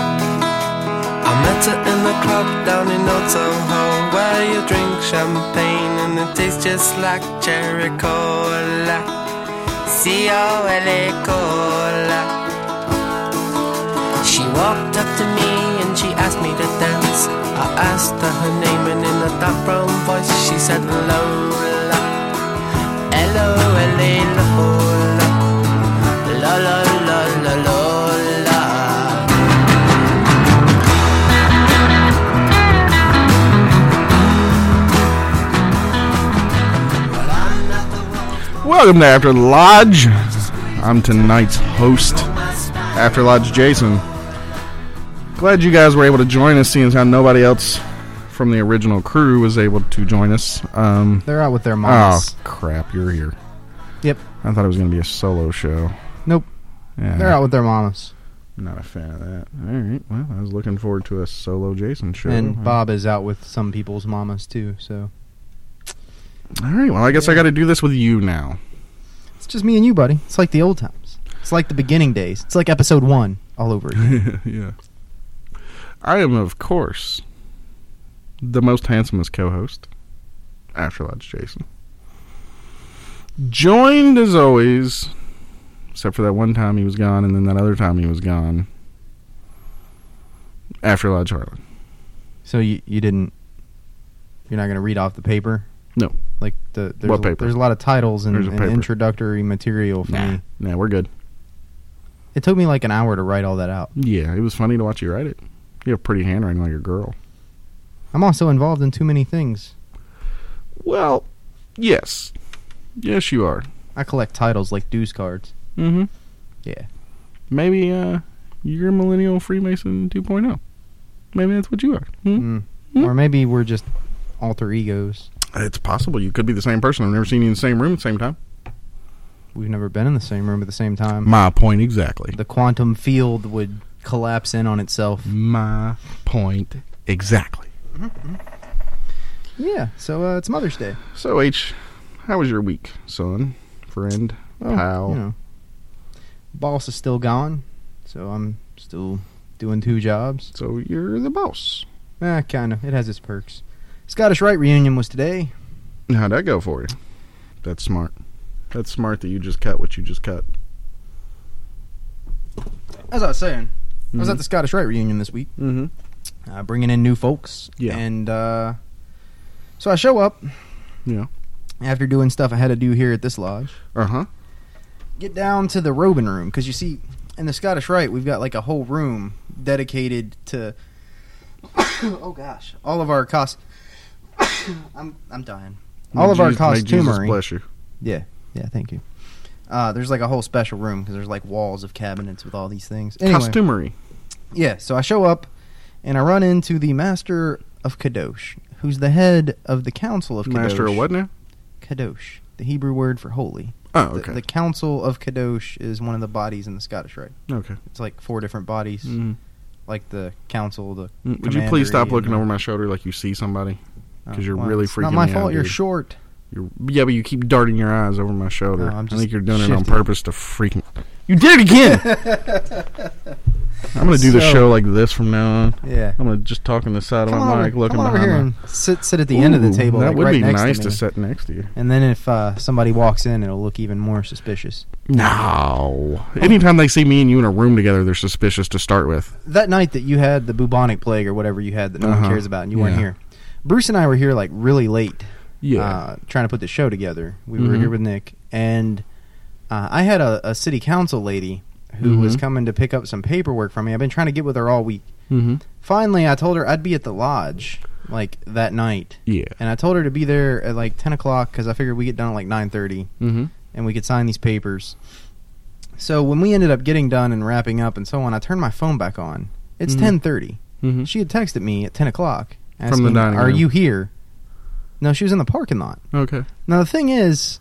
I met her in the club down in Old Soho Where you drink champagne and it tastes just like cherry cola C-O-L-A cola She walked up to me and she asked me to dance I asked her her name and in a dark brown voice she said Lola L-O-L-A Lola La la la la Lola Welcome to After Lodge. I'm tonight's host, After Lodge Jason. Glad you guys were able to join us, seeing as how nobody else from the original crew was able to join us. Um, They're out with their oh, moms. crap, you're here. Yep. I thought it was going to be a solo show. Nope. Yeah, They're out with their mamas. not a fan of that. All right, well, I was looking forward to a solo Jason show. And Bob is out with some people's mamas too. So All right, well, I guess I got to do this with you now. it's just me and you, buddy. It's like the old times. It's like the beginning days. It's like episode one all over again. yeah. I am, of course, the most handsomest co host, After Lodge Jason. Joined as always, except for that one time he was gone, and then that other time he was gone, After Lodge Harlan. so you, you didn't. You're not going to read off the paper. No. Like the there's What a, paper? there's a lot of titles and, There's a and paper. introductory material for Nah. me. Nah, we're good. It took me like an hour to write all that out. Yeah, it was funny to watch you write it. You have pretty handwriting like a girl. I'm also involved in too many things. Well, yes. Yes, you are. I collect titles like dues cards. Mm hmm. Yeah. Maybe uh, you're a millennial Freemason 2.0. Maybe that's what you are. Hmm? Mm. Hmm. Or maybe we're just alter egos. It's possible you could be the same person. I've never seen you in the same room at the same time. We've never been in the same room at the same time. My point exactly. the quantum field would collapse in on itself. Mm. My point exactly. Yeah, so uh, it's Mother's Day. So H, how was your week, son, friend, pal? You know, boss is still gone, so I'm still doing two jobs. So you're the boss. Eh, kind of. It has its perks. Scottish Rite reunion was today. How'd that go for you? That's smart. That's smart that you just cut what you just cut. As I was saying, I was Mhm. at the Scottish Rite reunion this week, Mm-hmm. uh, bringing in new folks. Yeah. And uh, so I show up Yeah. after doing stuff I had to do here at this lodge. Uh huh. get down to the robin room because you see in the scottish rite we've got like a whole room dedicated to oh gosh all of our cost i'm i'm dying all of our costumery Bless you. yeah yeah thank you uh, there's like a whole special room because there's like walls of cabinets with all these things anyway Costumery. yeah so i show up and i run into the master of kadosh who's the head of the council of kadosh Master of what now? kadosh the hebrew word for holy Oh, The- okay. the council of kadosh is one of the bodies in the scottish rite okay. it's like four different bodies, Mm. like the council. The Mm, Would you please stop commandery looking and- over my shoulder like you see somebody? oh, 'Cause you're really it's Not freaking my me out, fault. you're dude. short. You're, yeah, but you keep darting your eyes over my shoulder. No, I'm I just think you're doing it on shifty. purpose to freaking. You did it again. I'm gonna do the So- show like this from now on. Yeah. I'm gonna just talk on the side Come of my on, mic, over, looking come on over behind here my- and sit sit at the end of Ooh, the table, That like would right be next nice to, to, me. sit next to you. And then if uh, somebody walks in, it'll look even more suspicious. No. Anytime they see me and you in a room together, they're suspicious to start with. That night that you had the bubonic plague or whatever you had that no Uh-huh. one cares about, and you weren't Yeah. here, Bruce and I were here like really late, Yeah. uh, trying to put the show together. We were Mhm. here with Nick, and uh, I had a, a city council lady who was Mhm. coming to pick up some paperwork from me. I've been trying to get with her all week. mm-hmm. Finally, I told her I'd be at the lodge like that night, Yeah. and I told her to be there at like ten o'clock because I figured we get done at like nine thirty Mm-hmm. and we could sign these papers. So when we ended up getting done and wrapping up and so on, I turned my phone back on. It's Mhm. ten thirty. Mm-hmm. She had texted me at ten o'clock asking, From the dining "Are room. you here?" No, she was in the parking lot. Mm-hmm. Okay. Now the thing is,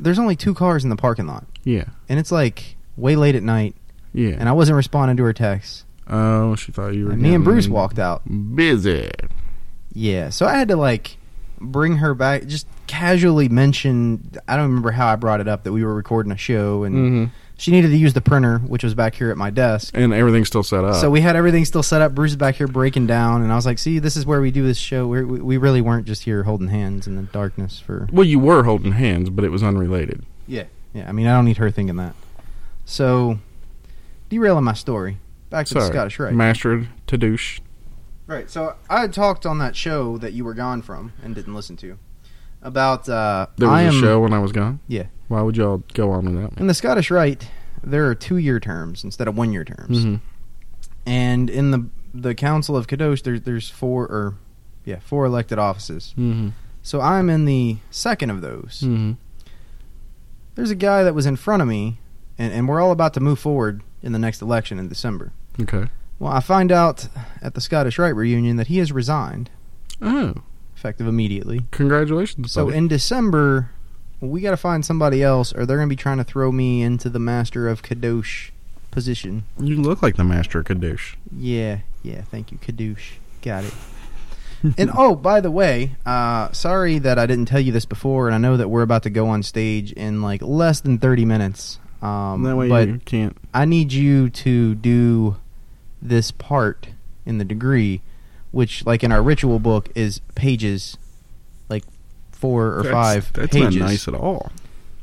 there's only two cars in the parking lot, Yeah. and it's like way late at night, Yeah. and I wasn't responding to her texts. oh, she thought you were. And me and Bruce getting walked out. Busy. Yeah, so I had to like bring her back, just casually mention. I don't remember how I brought it up that we were recording a show, and Mm-hmm. she needed to use the printer, which was back here at my desk. And everything's still set up. So we had everything still set up. Bruce is back here breaking down, and I was like, "See, this is where we do this show. We're, we we really weren't just here holding hands in the darkness for." well, you were holding hands, but it was unrelated. Yeah, I mean, I don't need her thinking that. So, derailing my story. Back to Sorry. the Scottish right. Mastered to douche. right. So I had talked on that show that you were gone from and didn't listen to about uh, There was I a am show when I was gone. Yeah. Why would y'all go on without me? in the Scottish right. There are two-year terms instead of one-year terms. Mm-hmm. and in the the Council of Kadosh, there's there's four or yeah four elected offices. Mm-hmm. So I'm in the second of those. Mm-hmm. There's a guy that was in front of me, and, and we're all about to move forward in the next election in December. Okay. Well, I find out at the Scottish Rite reunion that he has resigned, Oh, effective immediately. congratulations. So buddy. in December, we got to find somebody else, or they're going to be trying to throw me into the Master of Kadosh position. you look like the master of douche. Yeah, yeah. Thank you, Kadoosh. Got it. and oh, by the way, uh, sorry that I didn't tell you this before, and I know that we're about to go on stage in like less than thirty minutes. Um, that way but you can't. I need you to do this part in the degree, which, like in our ritual book, is pages, like four or That's- five That's pages. not nice at all.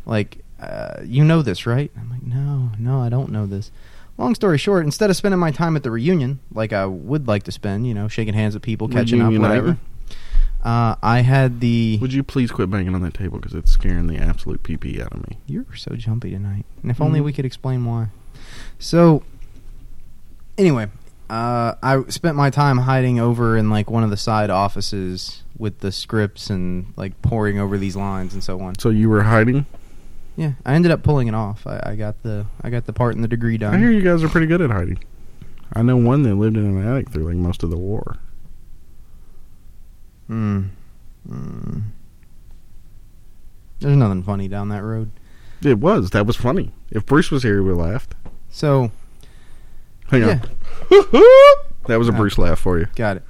Like, uh, you know this, right? I'm like, no, no, I don't know this. Long story short, instead of spending my time at the reunion, like I would like to spend, you know, shaking hands with people, catching Reunionizer. up, whatever, uh, I had the. Would you please quit banging on that table because it's scaring the absolute pee pee out of me? You're so jumpy tonight. And if only Mhm. we could explain why. So, anyway, uh, I spent my time hiding over in like one of the side offices with the scripts and like poring over these lines and so on. So you were hiding. Yeah, I ended up pulling it off. I, I got the I got the part in the degree I hear done. you guys are pretty good at hiding. I know one that lived in an attic through like most of the war. Mm. Mm. There's nothing funny down that road. It was that was funny. If Bruce was here, we laughed. So Hang Yeah. on. that was a Yeah. Bruce laugh for you. got it.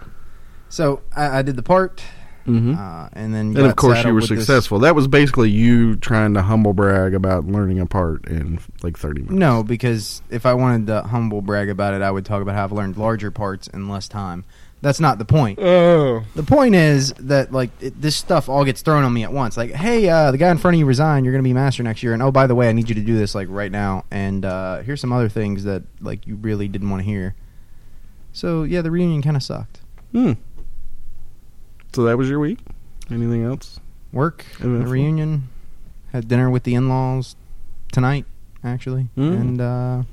So I, I did the part, Mm-hmm. uh, and then and of got course, you saddled were with this- successful. That was basically you trying to humble brag about learning a part in like thirty minutes. No, because if I wanted to humble brag about it, I would talk about how I've learned larger parts in less time. That's not the point. Oh. The point is that like it, this stuff all gets thrown on me at once. Like, hey, uh, the guy in front of you resigned. You're going to be master next year. And oh, by the way, I need you to do this like right now. And uh, here's some other things that like you really didn't want to hear. So yeah, the reunion kind of sucked. Hmm. So that was your week. Anything else? Work, the Eventful. reunion, had dinner with the in-laws tonight actually, Mm. and uh,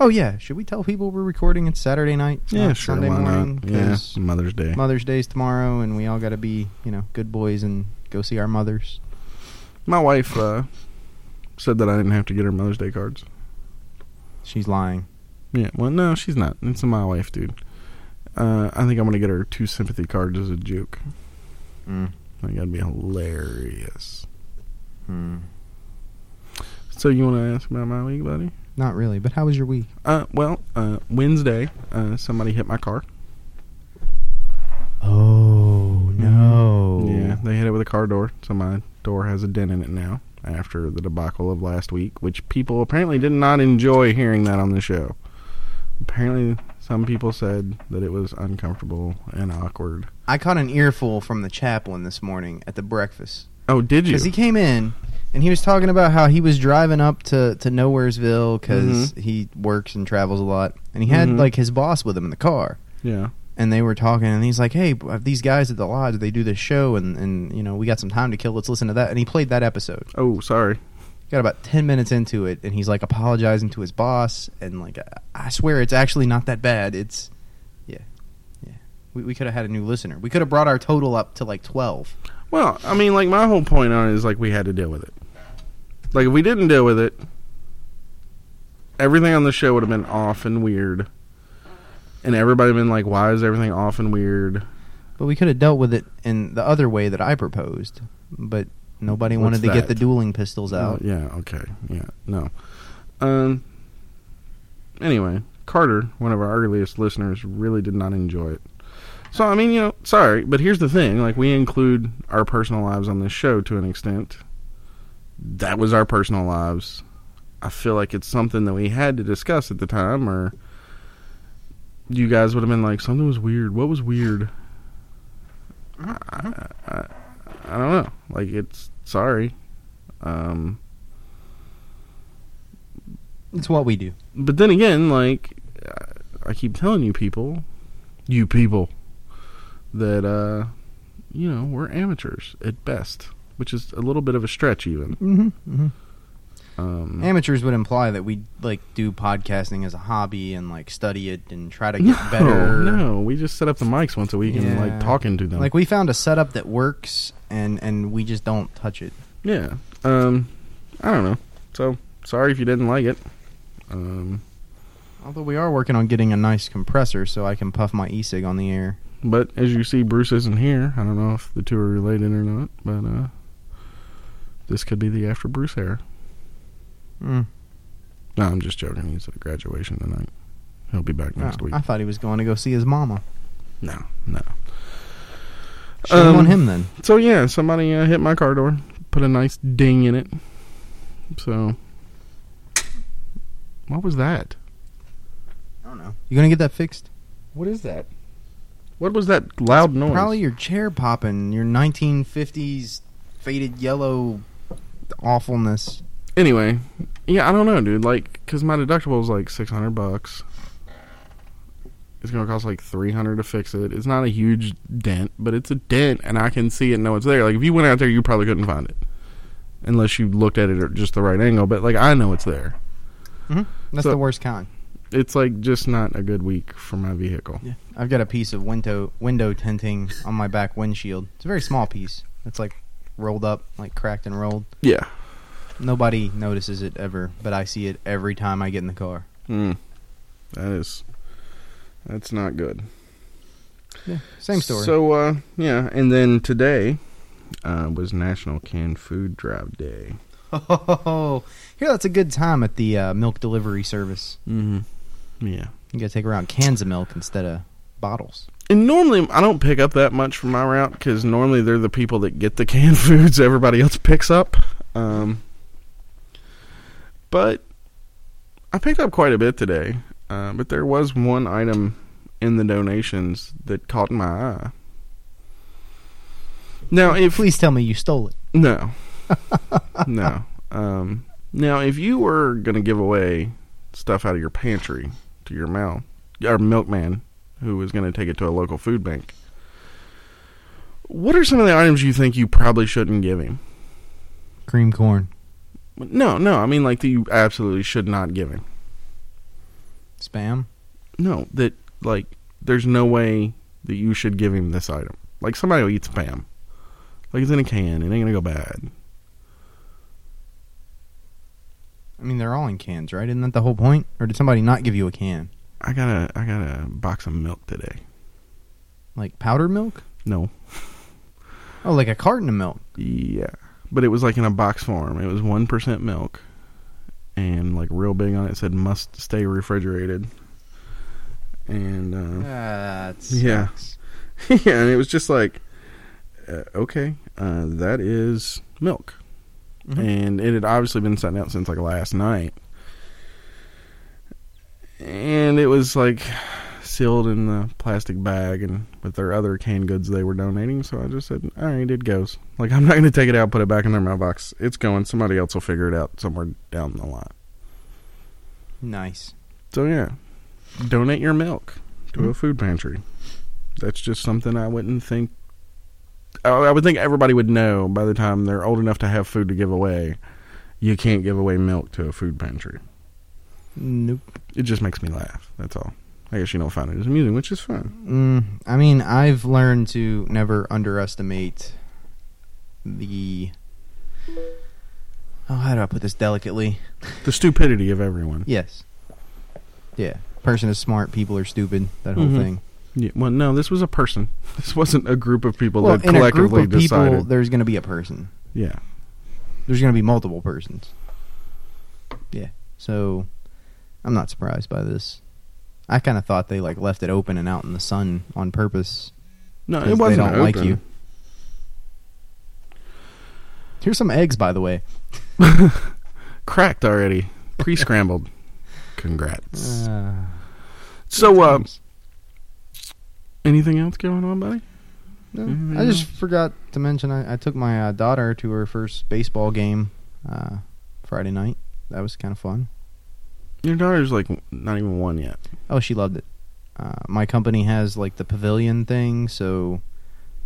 oh yeah, should we tell people we're recording? It's Saturday night, Yeah, not sure. Uh, Sunday why not? morning. Yeah, 'cause Mother's Day. Mother's Day's tomorrow, and we all got to be, you know, good boys and go see our mothers. My wife uh, said that I didn't have to get her Mother's Day cards. She's lying. Yeah, well, no, she's not. It's my wife, dude. Uh, I think I'm gonna get her two sympathy cards as a joke. Mm. I think that'd be hilarious. Hmm. So you want to ask about my week, buddy? Not really, but how was your week? Uh, well, uh, Wednesday, uh, somebody hit my car. Oh Hmm. no! Yeah, they hit it with a car door, so my door has a dent in it now. After the debacle of last week, which people apparently did not enjoy hearing that on the show. Apparently, some people said that it was uncomfortable and awkward. I caught an earful from the chaplain this morning at the breakfast. Oh, did you? Because he came in and he was talking about how he was driving up to, to Mm-hmm. Nowheresville because he works and travels a lot. And he had Mhm. like his boss with him in the car. yeah. and they were talking, and he's like, "Hey, b- these guys at the lodge, they do this show, and and you know, we got some time to kill. Let's listen to that." And he played that episode. Oh, sorry. Got about ten minutes into it, and he's like apologizing to his boss, and like, I I swear, it's actually not that bad. It's, yeah, yeah. We we could have had a new listener. We could have brought our total up to like twelve. Well, I mean, like my whole point on it is like we had to deal with it. Like if we didn't deal with it, everything on the show would have been off and weird, and everybody been like, "Why is everything off and weird?" But we could have dealt with it in the other way that I proposed, but nobody What's wanted to that? get the dueling pistols Oh, out. yeah. Okay. Yeah. No. Um. Anyway, Carter, one of our earliest listeners, really did not enjoy it. So I mean, you know, sorry, but here's the thing: like we include our personal lives on this show to an extent. That was our personal lives. I feel like it's something that we had to discuss at the time, or you guys would have been like, "Something was weird. What was weird?" I, I, I, I don't know. Like it's sorry. Um, It's what we do. but then again, like I keep telling you people, you people, that uh, you know we're amateurs at best, which is a little bit of a stretch even. Mm-hmm. mm-hmm. Um, Amateurs would imply that we like do podcasting as a hobby and like study it and try to get better. no, we just set up the mics once a week and Yeah. like talking to them. Like we found a setup that works and and we just don't touch it. yeah, um, I don't know. So sorry if you didn't like it. Um, Although we are working on getting a nice compressor so I can puff my e-cig on the air. but as you see, Bruce isn't here. I don't know if the two are related or not, but uh, this could be the after Bruce era. Mm. No, I'm just joking. He's at graduation tonight. He'll be back next Oh, week. I thought he was going to go see his mama. no, no. Shame Um, on him then. So yeah, somebody uh, hit my car door, put a nice ding in it. So, what was that? I don't know. You gonna get that fixed? What is that? What was that loud noise? Probably your chair popping, your 1950s faded yellow awfulness. anyway, yeah, I don't know, dude. Like, cause my deductible was like six hundred bucks. It's gonna cost like three hundred to fix it. It's not a huge dent, but it's a dent, and I can see it. and know it's there. Like, if you went out there, you probably couldn't find it, unless you looked at it at just the right angle. But like, I know it's there. That's So- the worst kind. It's like just not a good week for my vehicle. Yeah. I've got a piece of window window tinting on my back windshield. It's a very small piece. It's like rolled up, like cracked and rolled. Yeah. Nobody notices it ever, but I see it every time I get in the car. Mm. That is. That's not good. Yeah. Same story. So uh, yeah, and then today uh, was National Canned Food Drive Day. oh, here that's a good time at the uh, milk delivery service. Mm-hmm. Yeah. You got to take around cans of milk instead of bottles. And normally I don't pick up that much from my route because normally they're the people that get the canned foods everybody else picks up. Um, but I picked up quite a bit today. Uh, but there was one item in the donations that caught my eye. Now, if Please tell me you stole it. no. no. Um, now, if you were going to give away stuff out of your pantry to your mail, or milkman who was going to take it to a local food bank, what are some of the items you think you probably shouldn't give him? Cream corn, No, no. I mean, like, that you absolutely should not give him. spam. No, that, like, there's no way that you should give him this item. Like, somebody will eat spam. Like, it's in a can. It ain't going to go bad. I mean, they're all in cans, right? Isn't that the whole point? Or did somebody not give you a can? I got a, I got a box of milk today. Like powdered milk? No. Oh, like a carton of milk. Yeah. But it was like in a box form. It was 1% milk. And like real big on it said must stay refrigerated. And Ah, uh, That's Yeah. yeah, and it was just like uh, okay, uh, that is milk. Mhm. And it had obviously been sitting out since like last night. And it was like sealed in the plastic bag and with their other canned goods they were donating. So I just said, all right, it goes. Like, I'm not going to take it out, put it back in their mailbox. It's going. Somebody else will figure it out somewhere down the line. Nice. Hmm. So, yeah, donate your milk to a food pantry. That's just something I wouldn't think. I- I would think everybody would know by the time they're old enough to have food to give away. You can't give away milk to a food pantry. Nope. It just makes me laugh. That's all. I guess you don't find it as amusing, which is fine. Mm, I mean, I've learned to never underestimate the. Oh, how do I put this delicately? The stupidity of everyone. Yes. Yeah. Person is smart, people are stupid, that whole Mhm. thing. Yeah, well, no, this was a person. This wasn't a group of people Well, that in a collectively group of people, decided. there's going to be a person. yeah, There's going to be multiple persons. Yeah. So I'm not surprised by this. I kind of thought they like left it open and out in the sun on purpose no, because Uh, it they wasn't don't open. like you. Here's some eggs, by the way. Cracked already, pre-scrambled. Congrats. Uh, so, uh, anything else going on, buddy? anything I just forgot to mention I, I took my uh, daughter to her first baseball game uh, Friday night. That was kind of fun. Your daughter's like not even one yet. Oh, she loved it. Uh, my company has like the pavilion thing, so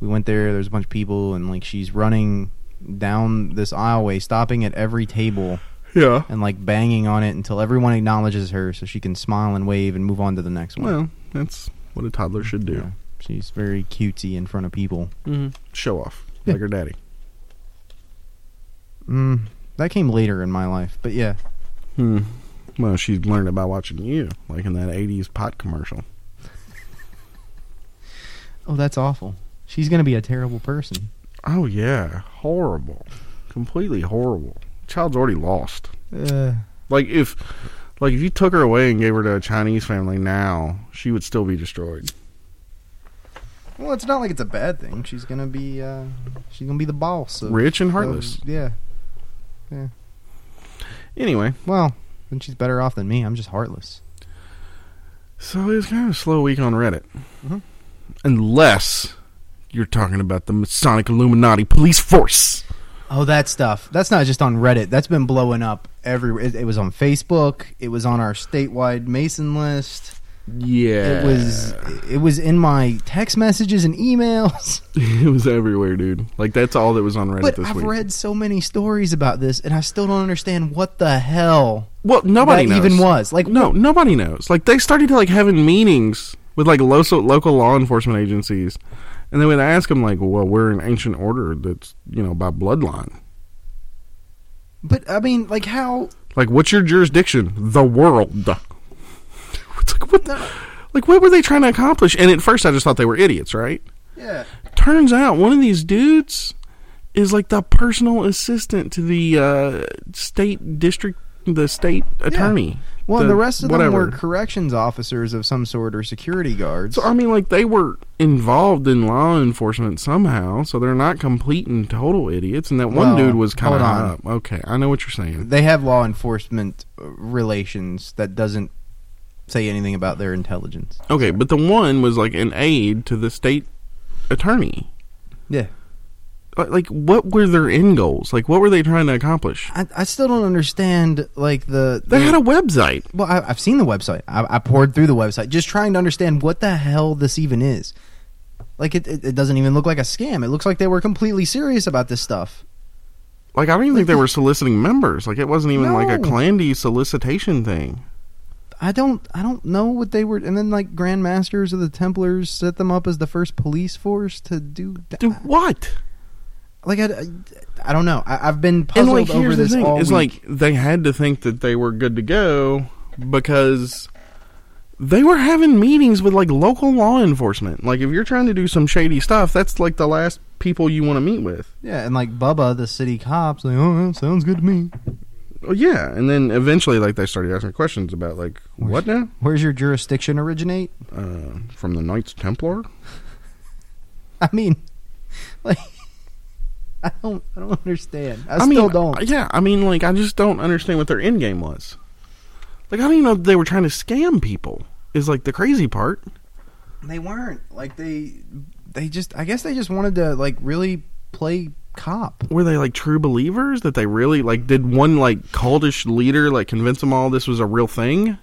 we went there. There's a bunch of people, and like she's running down this aisleway, stopping at every table Yeah. and like banging on it until everyone acknowledges her, so she can smile and wave and move on to the next one. Well, that's what a toddler should do. Yeah. She's very cutesy in front of people. Show off Yeah. like her daddy. Mm, that came later in my life, but yeah. Hmm. Well, she learned it by watching you, like in that '80s pot commercial. Oh, that's awful. She's gonna be a terrible person. Oh yeah, horrible, completely horrible. Child's already lost. Uh, Like if, like if you took her away and gave her to a Chinese family now, she would still be destroyed. well, it's not like it's a bad thing. She's gonna be, uh, she's gonna be the boss. Of, Rich and of- heartless. yeah. Anyway, Well, then she's better off than me. I'm just heartless. so it was kind of a slow week on Reddit, Mhm. unless you're talking about the Masonic Illuminati police force. Oh, that stuff. That's not just on Reddit. That's been blowing up everywhere. It, it was on Facebook. It was on our statewide Mason list. Yeah, It was. It was in my text messages and emails. it was everywhere, dude. Like that's all that was on Reddit But this I've week. read so many stories about this, and I still don't understand what the hell well, nobody that knows. even was. Like, No, nobody knows. Like they started like having meetings with like local local law enforcement agencies, and they would ask them like, "Well, we're an ancient order that's you know by bloodline. But I mean, like how? Like, what's your jurisdiction? The world." It's like what? The, like what were they trying to accomplish? And at first, I just thought they were idiots, right? Yeah. Turns out one of these dudes is like the personal assistant to the uh, state district, the state attorney. Well, the, rest of whatever. them were corrections officers of some sort or security guards. So I mean, like they were involved in law enforcement somehow, so they're not complete and total idiots. And that one Well, dude was kind of hold on. up. Okay, I know what you're saying. they have law enforcement uh, relations that doesn't say anything about their intelligence. Okay, but the one was like an aide to the state attorney. Yeah. Like, like, what were their end goals? Like, what were they trying to accomplish? I, I still don't understand like the, They the- had a website. well I, I've seen the website. I, I poured through the website just trying to understand what the hell this even is. Like it, it, it doesn't even look like a scam. It looks like they were completely serious about this stuff. Like, I don't even think they were soliciting members. Like, it wasn't even like a No. Clandy solicitation thing. I don't I don't know what they were and then like Grand Masters of the Templars set them up as the first police force to do that. Dude, what? like I, I, I don't know. I, I've been and puzzled like over here's the this thing all it's week. like they had to think that they were good to go because they were having meetings with like local law enforcement like if you're trying to do some shady stuff that's like the last people you want to meet with yeah, and like Bubba, the city cops, like oh, that sounds good to me. oh yeah and then eventually like they started asking questions about like what now Where's your jurisdiction originate? uh, from the knights templar I mean, like I don't I don't understand. I, I still mean, uh, don't. yeah i mean like i just don't understand what their end game was like i don't even know if they were trying to scam people is like the crazy part they weren't like they they just I guess they just wanted to like really play cop. were they like true believers that they really like did one like cultish leader like convince them all this was a real thing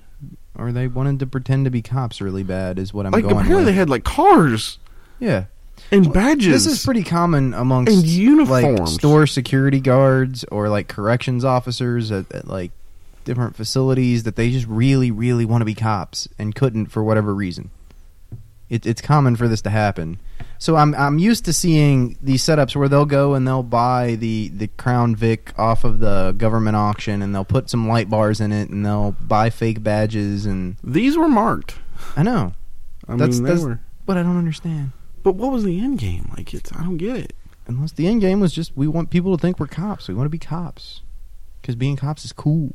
Or they wanted to pretend to be cops really bad is what I'm like going apparently with. they had like cars Yeah. and badges. This is pretty common amongst And uniforms. like store security guards or like corrections officers at, at like different facilities that they just really, really want to be cops and couldn't for whatever reason. It, it's common for this to happen. So I'm I'm used to seeing these setups where they'll go and they'll buy the the Crown Vic off of the government auction and they'll put some light bars in it and they'll buy fake badges and These were marked. I know, I That's- mean, they that's- were. but I don't understand. But what was the end game? Like, it's I don't get it. Unless the end game was just we want people to think we're cops. We want to be cops because being cops is cool.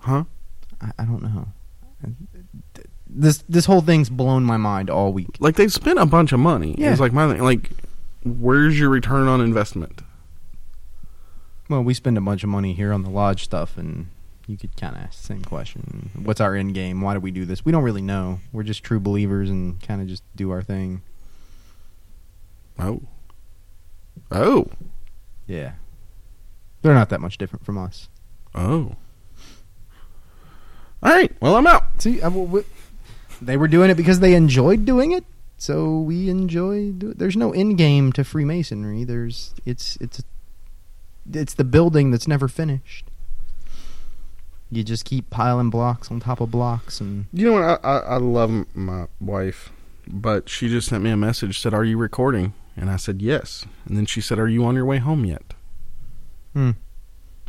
Huh? I, I don't know. This this whole thing's blown my mind all week. Like they spent a bunch of money. Yeah. It's like my thing. Like, where's your return on investment? Well, we spend a bunch of money here on the lodge stuff, and you could kind of ask the same question: What's our end game? Why do we do this? We don't really know. We're just true believers and kind of just do our thing. Oh. Oh. Yeah, they're not that much different from us. Oh. All right. Well, I'm out. See, I, well, we- they were doing it because they enjoyed doing it. So we enjoy. Do it. There's no end game to Freemasonry. There's it's it's it's the building that's never finished. You just keep piling blocks on top of blocks, and You know what? I, I, I love m- my wife, but she just sent me a message said, "Are you recording?" And I said, "Yes." And then she said, "Are you on your way home yet?" Hmm.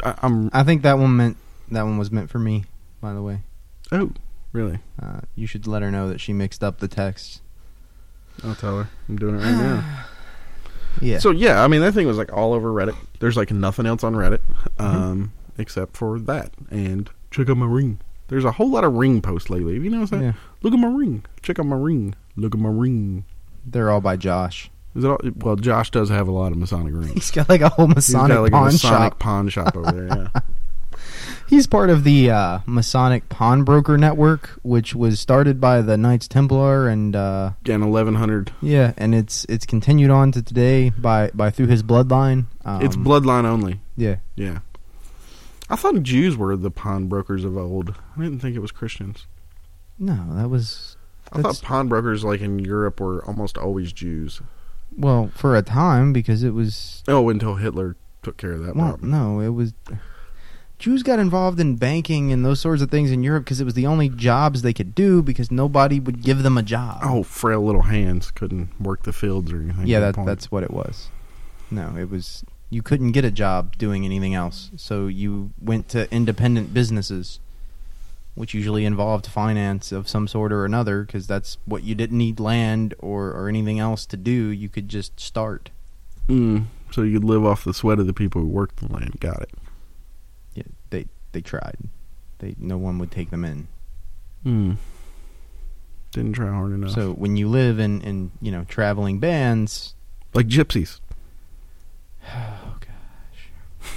I, I'm. I think that one meant that one was meant for me. By the way, Oh, really? uh, you should let her know that she mixed up the text. I'll tell her. I'm doing it right now. Yeah. So yeah, I mean that thing was like all over Reddit. There's like nothing else on Reddit, Mm-hmm. um, except for that. And check out my ring. There's a whole lot of ring posts lately. Have you noticed that? Yeah. Look at my ring. Check out my ring. Look at my ring. they're all by Josh. Is it all, well, Josh does have a lot of Masonic rings. He's got like a whole He's got, Masonic like, a pawn Masonic shop. pawn shop over there. Yeah. He's part of the uh, Masonic Pawnbroker Network, which was started by the Knights Templar, and uh, Again, eleven hundred. yeah, and it's it's continued on to today by by through his bloodline. Um, it's bloodline only. yeah, Yeah. I thought Jews were the pawnbrokers of old. I didn't think it was Christians. no, that was I That's- thought pawnbrokers like in Europe were almost always Jews. well for a time because it was Oh, until Hitler took care of that well problem. no, it was Jews got involved in banking and those sorts of things in Europe because it was the only jobs they could do because nobody would give them a job. Oh, frail little hands couldn't work the fields or anything. yeah, at that, point. that's what it was. No, it was you couldn't get a job doing anything else, so you went to independent businesses, which usually involved finance of some sort or another, because that's what you didn't need land or or anything else to do. You could just start. Mm, so you could live off the sweat of the people who worked the land. Got it. Yeah, they they tried. They no one would take them in. Mm. Didn't try hard enough. So when you live in in you know traveling bands, like gypsies. Oh gosh.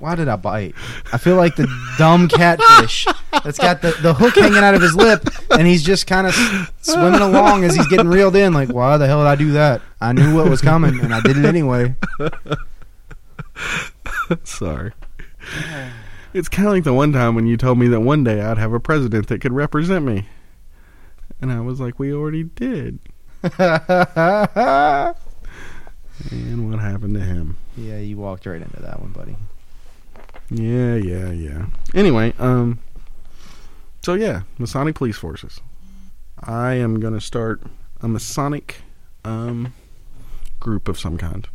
Why did I bite? I feel like the dumb catfish that's got the, the hook hanging out of his lip and he's just kind of swimming along as he's getting reeled in. Like, why the hell did I do that? I knew what was coming and I did it anyway. Sorry. It's kind of like the one time when you told me that one day I'd have a president that could represent me. And I was like, we already did. yeah, And what happened to him? you walked right into that one, buddy. Yeah, yeah, yeah. Anyway, um so yeah, Masonic police forces. I am going to start a Masonic um group of some kind.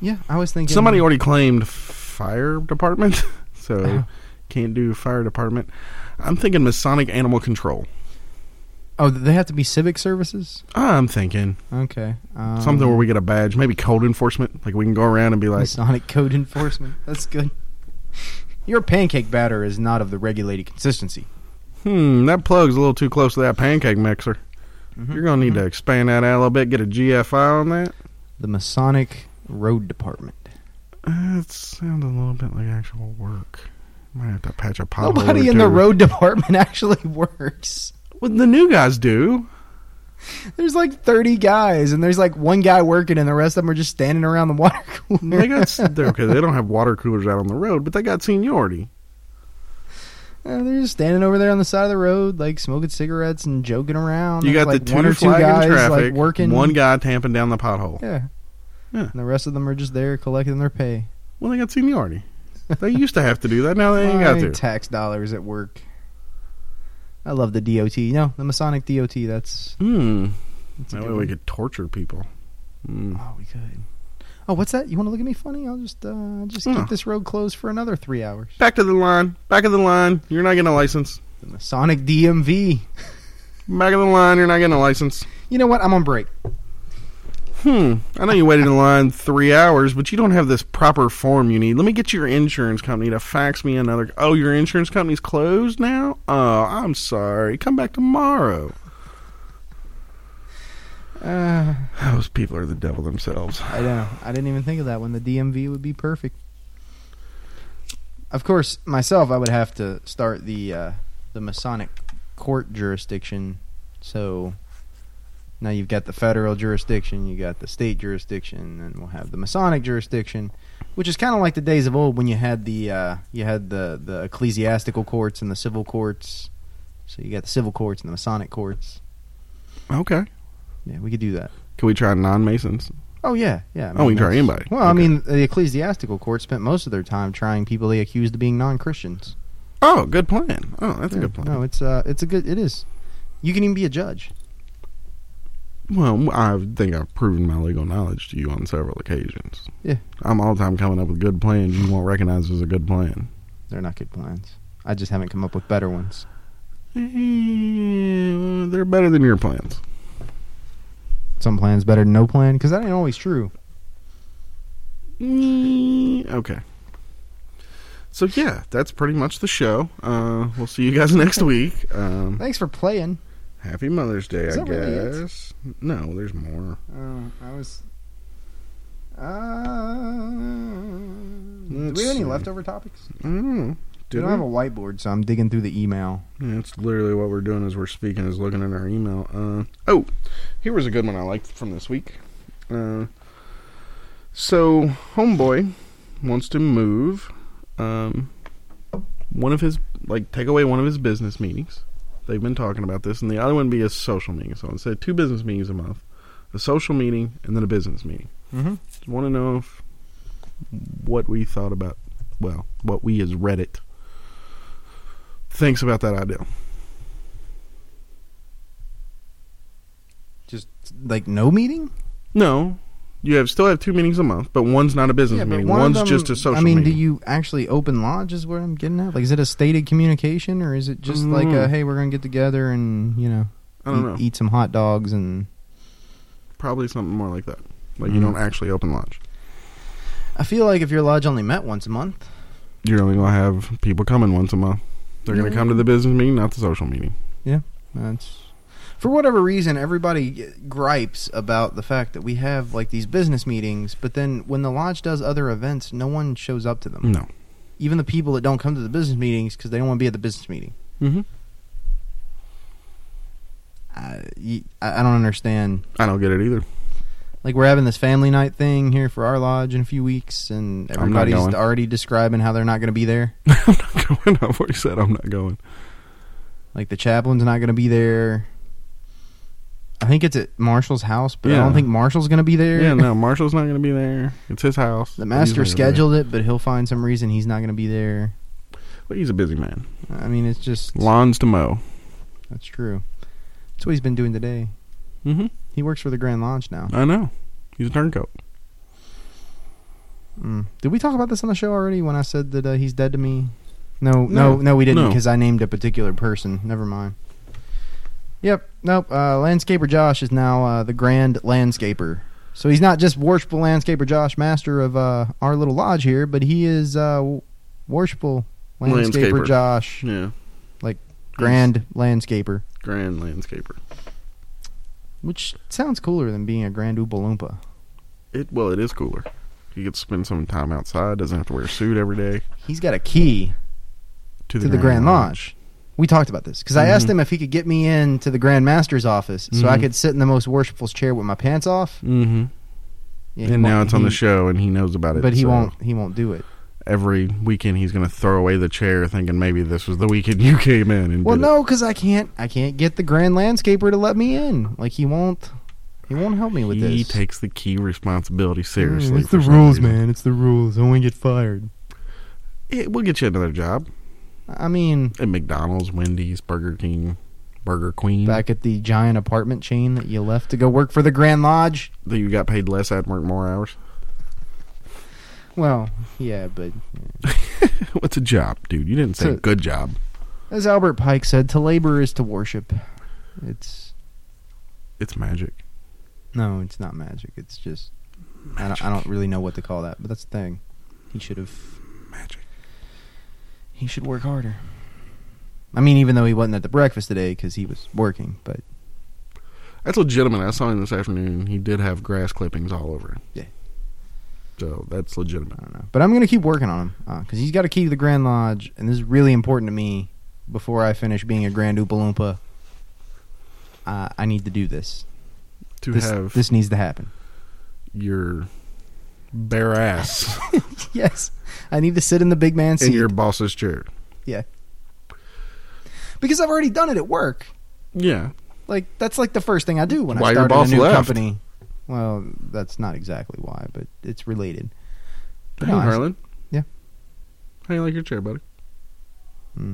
Yeah, I was thinking. Somebody already claimed fire department, so Oh. can't do fire department. I'm thinking Masonic animal control. Oh, they have to be civic services? I'm thinking Okay. Um, Something where we get a badge, maybe code enforcement. Like we can go around and be like, Masonic code enforcement. That's good. Your pancake batter is not of the regulated consistency. "Hmm, that plug's a little too close to that pancake mixer. Mm-hmm. You're gonna need to expand that out a little bit. Get a GFI on that." the Masonic Road Department. Uh, it sounds a little bit like actual work. Might have to patch a pothole. Nobody or in the two. road department actually works. Well, the new guys do. There's like 30 guys, and there's like one guy working, and the rest of them are just standing around the water cooler. They got s- they're- okay. They don't have water coolers out on the road, but they got seniority. Uh, they're just standing over there on the side of the road, like smoking cigarettes and joking around. You There's, got like the one two or two flagging guys traffic, like working. one guy tamping down the pothole. yeah. Yeah. And the rest of them are just there collecting their pay. Well, they got seniority. they used to have to do that. Now they ain't got My to. tax dollars at work. I love the DOT. No, the Masonic DOT. That's, Hmm. that's a That good way we one. could torture people. Hmm. Oh, we could. Oh, what's that? You want to look at me funny? I'll just uh, just Oh. keep this road closed for another three hours. Back to the line. Back of the line. You're not getting a license. The Masonic DMV. Back of the line. You're not getting a license. You know what? I'm on break. Hmm. I know you waited in line three hours, but you don't have this proper form you need. Let me get your insurance company to fax me another. Oh, your insurance company's closed now? Oh, I'm sorry. Come back tomorrow. Uh, Those people are the devil themselves. I know. I didn't even think of that one. The DMV would be perfect. Of course, myself, I would have to start the uh, the Masonic court jurisdiction. So now you've got the federal jurisdiction, you got the state jurisdiction, and we'll have the Masonic jurisdiction, which is kind of like the days of old when you had the uh, you had the the ecclesiastical courts and the civil courts. So you got the civil courts and the Masonic courts. Okay. Yeah, we could do that. Can we try non Masons? Oh yeah, yeah. I Oh, we can try that's- anybody. Well, I Okay. mean, the ecclesiastical court spent most of their time trying people they accused of being non-Christians. Oh, good plan. Oh, that's a Yeah, good plan. No, it's uh, it's a good. It is. You can even be a judge. Well, I think I've proven my legal knowledge to you on several occasions. Yeah. I'm all the time coming up with good plans you won't recognize as a good plan. They're not good plans. I just haven't come up with better ones. Eh, They're better than your plans. Some plans better than no plan because that ain't always true. Eh, Okay. So yeah, that's pretty much the show. Uh, we'll see you guys next week. Um, Thanks for playing. happy Mother's Day, Is I that really it? guess. No, there's more. Oh, I was. Uh, do Let's we have any see. leftover topics? I don't know. Did we don't we? have a whiteboard, so I'm digging through the email. Yeah, That's literally what we're doing as we're speaking is looking at our email. Uh, oh, here was a good one I liked from this week. Uh, so homeboy wants to move um, one of his like take away one of his business meetings. They've been talking about this, and the other one be a social meeting. So instead, of two business meetings a month, a social meeting and then a business meeting. Mm-hmm. Just want to know if what we thought about, well, what we as Reddit thinks about that idea. Just like no meeting. No, you have still have two meetings a month, but one's not a business but meeting. one of One's them- just a social. I mean, meeting. do you actually open lodge? Is what I'm getting at. Like, is it a stated communication, or is it just like, Mm. a, hey, we're gonna get together and you know, I don't eat, know. eat some hot dogs and. e-, Probably something more like that. Like you Mhm. don't actually open lodge. I feel like if your lodge only met once a month, You're only gonna have people coming once a month. They're gonna come to Mm-hmm. the business meeting, not the social meeting. that's for whatever reason everybody gripes about the fact that we have like these business meetings, but then when the lodge does other events, no one shows up to them. No. Even the people that don't come to the business meetings because they don't want to be at the business meeting. Mm-hmm. I, y- I I don't understand. I don't get it either. like we're having this family night thing here for our lodge in a few weeks and I'm not everybody's going. already describing how they're not going to be there I'm not going. I've already said I'm not going. like the chaplain's not going to be there i think it's at marshall's house but i Yeah. don't think marshall's going to be there Yeah, no. Marshall's not gonna be there. It's his house. the He's master not gonna be there. scheduled it but he'll find some reason he's not going to be there Well, he's a busy man. i mean it's just Lawns to mow. that's true that's what he's been doing today Mm-hmm. he works for the grand lodge now I know. He's a turncoat. mm. did we talk about this on the show already when i said that uh, he's dead to me no no no, No. we didn't No. because i named a particular person never mind Yep. Nope. Uh, landscaper Josh is now uh, the grand landscaper. So he's not just worshipful landscaper Josh, master of uh, our little lodge here, but he is uh, worshipful landscaper, Landscaper. Josh, Yeah. Like, grand landscaper, grand landscaper. which sounds cooler than being a grand Oompa Loompa. It well, it is cooler. He gets to spend some time outside. Doesn't have to wear a suit every day He's got a key to to the Grand Lodge. We talked about this because I Mm-hmm. asked him if he could get me in to the Grand Master's office so I Mhm. could sit in the most worshipful's chair with my pants off. Mm-hmm. Yeah, he And now won't- it's on the he- show, and he knows about it. but he so- won't. He won't do it. every weekend he's going to throw away the chair, thinking maybe this was the weekend you came in. And Well, did it. no, because I can't. I can't get the grand landscaper to let me in. Like he won't. He won't help me with he this. Mm, takes the key responsibility seriously. it's the for some rules, reason. man. It's the rules. I won't get fired. Yeah, we'll get you another job I mean, at McDonald's, Wendy's, Burger King, Burger Queen. back at the giant apartment chain that you left to go work for the Grand Lodge. That you got paid less, I'd work more hours. Well, yeah, but What's a job, dude? You didn't say So- good job. as Albert Pike said, to labor is to worship. It's It's magic. no, it's not magic. It's just I don't, I don't really know what to call that, but that's the thing. He should have. Magic. He should work harder. I mean, even though he wasn't at the breakfast today because he was working, but That's legitimate. I saw him this afternoon. He did have grass clippings all over him. Yeah. So that's legitimate. I don't know. But I'm gonna keep working on him because he's got a key to the Grand Lodge, and this is really important to me. Before I finish being a Grand Oompa Loompa, uh, I need to do this. To this, have this needs to happen. your bare ass Yes, I need to sit in the big man in seat your boss's chair. because I've already done it at work. Yeah. Like that's like the first thing I do when Why I your start boss a new left. company. Well, that's not exactly why, but it's related. But Hey, no, I- Harlan. Yeah. How you like your chair, buddy? Hmm.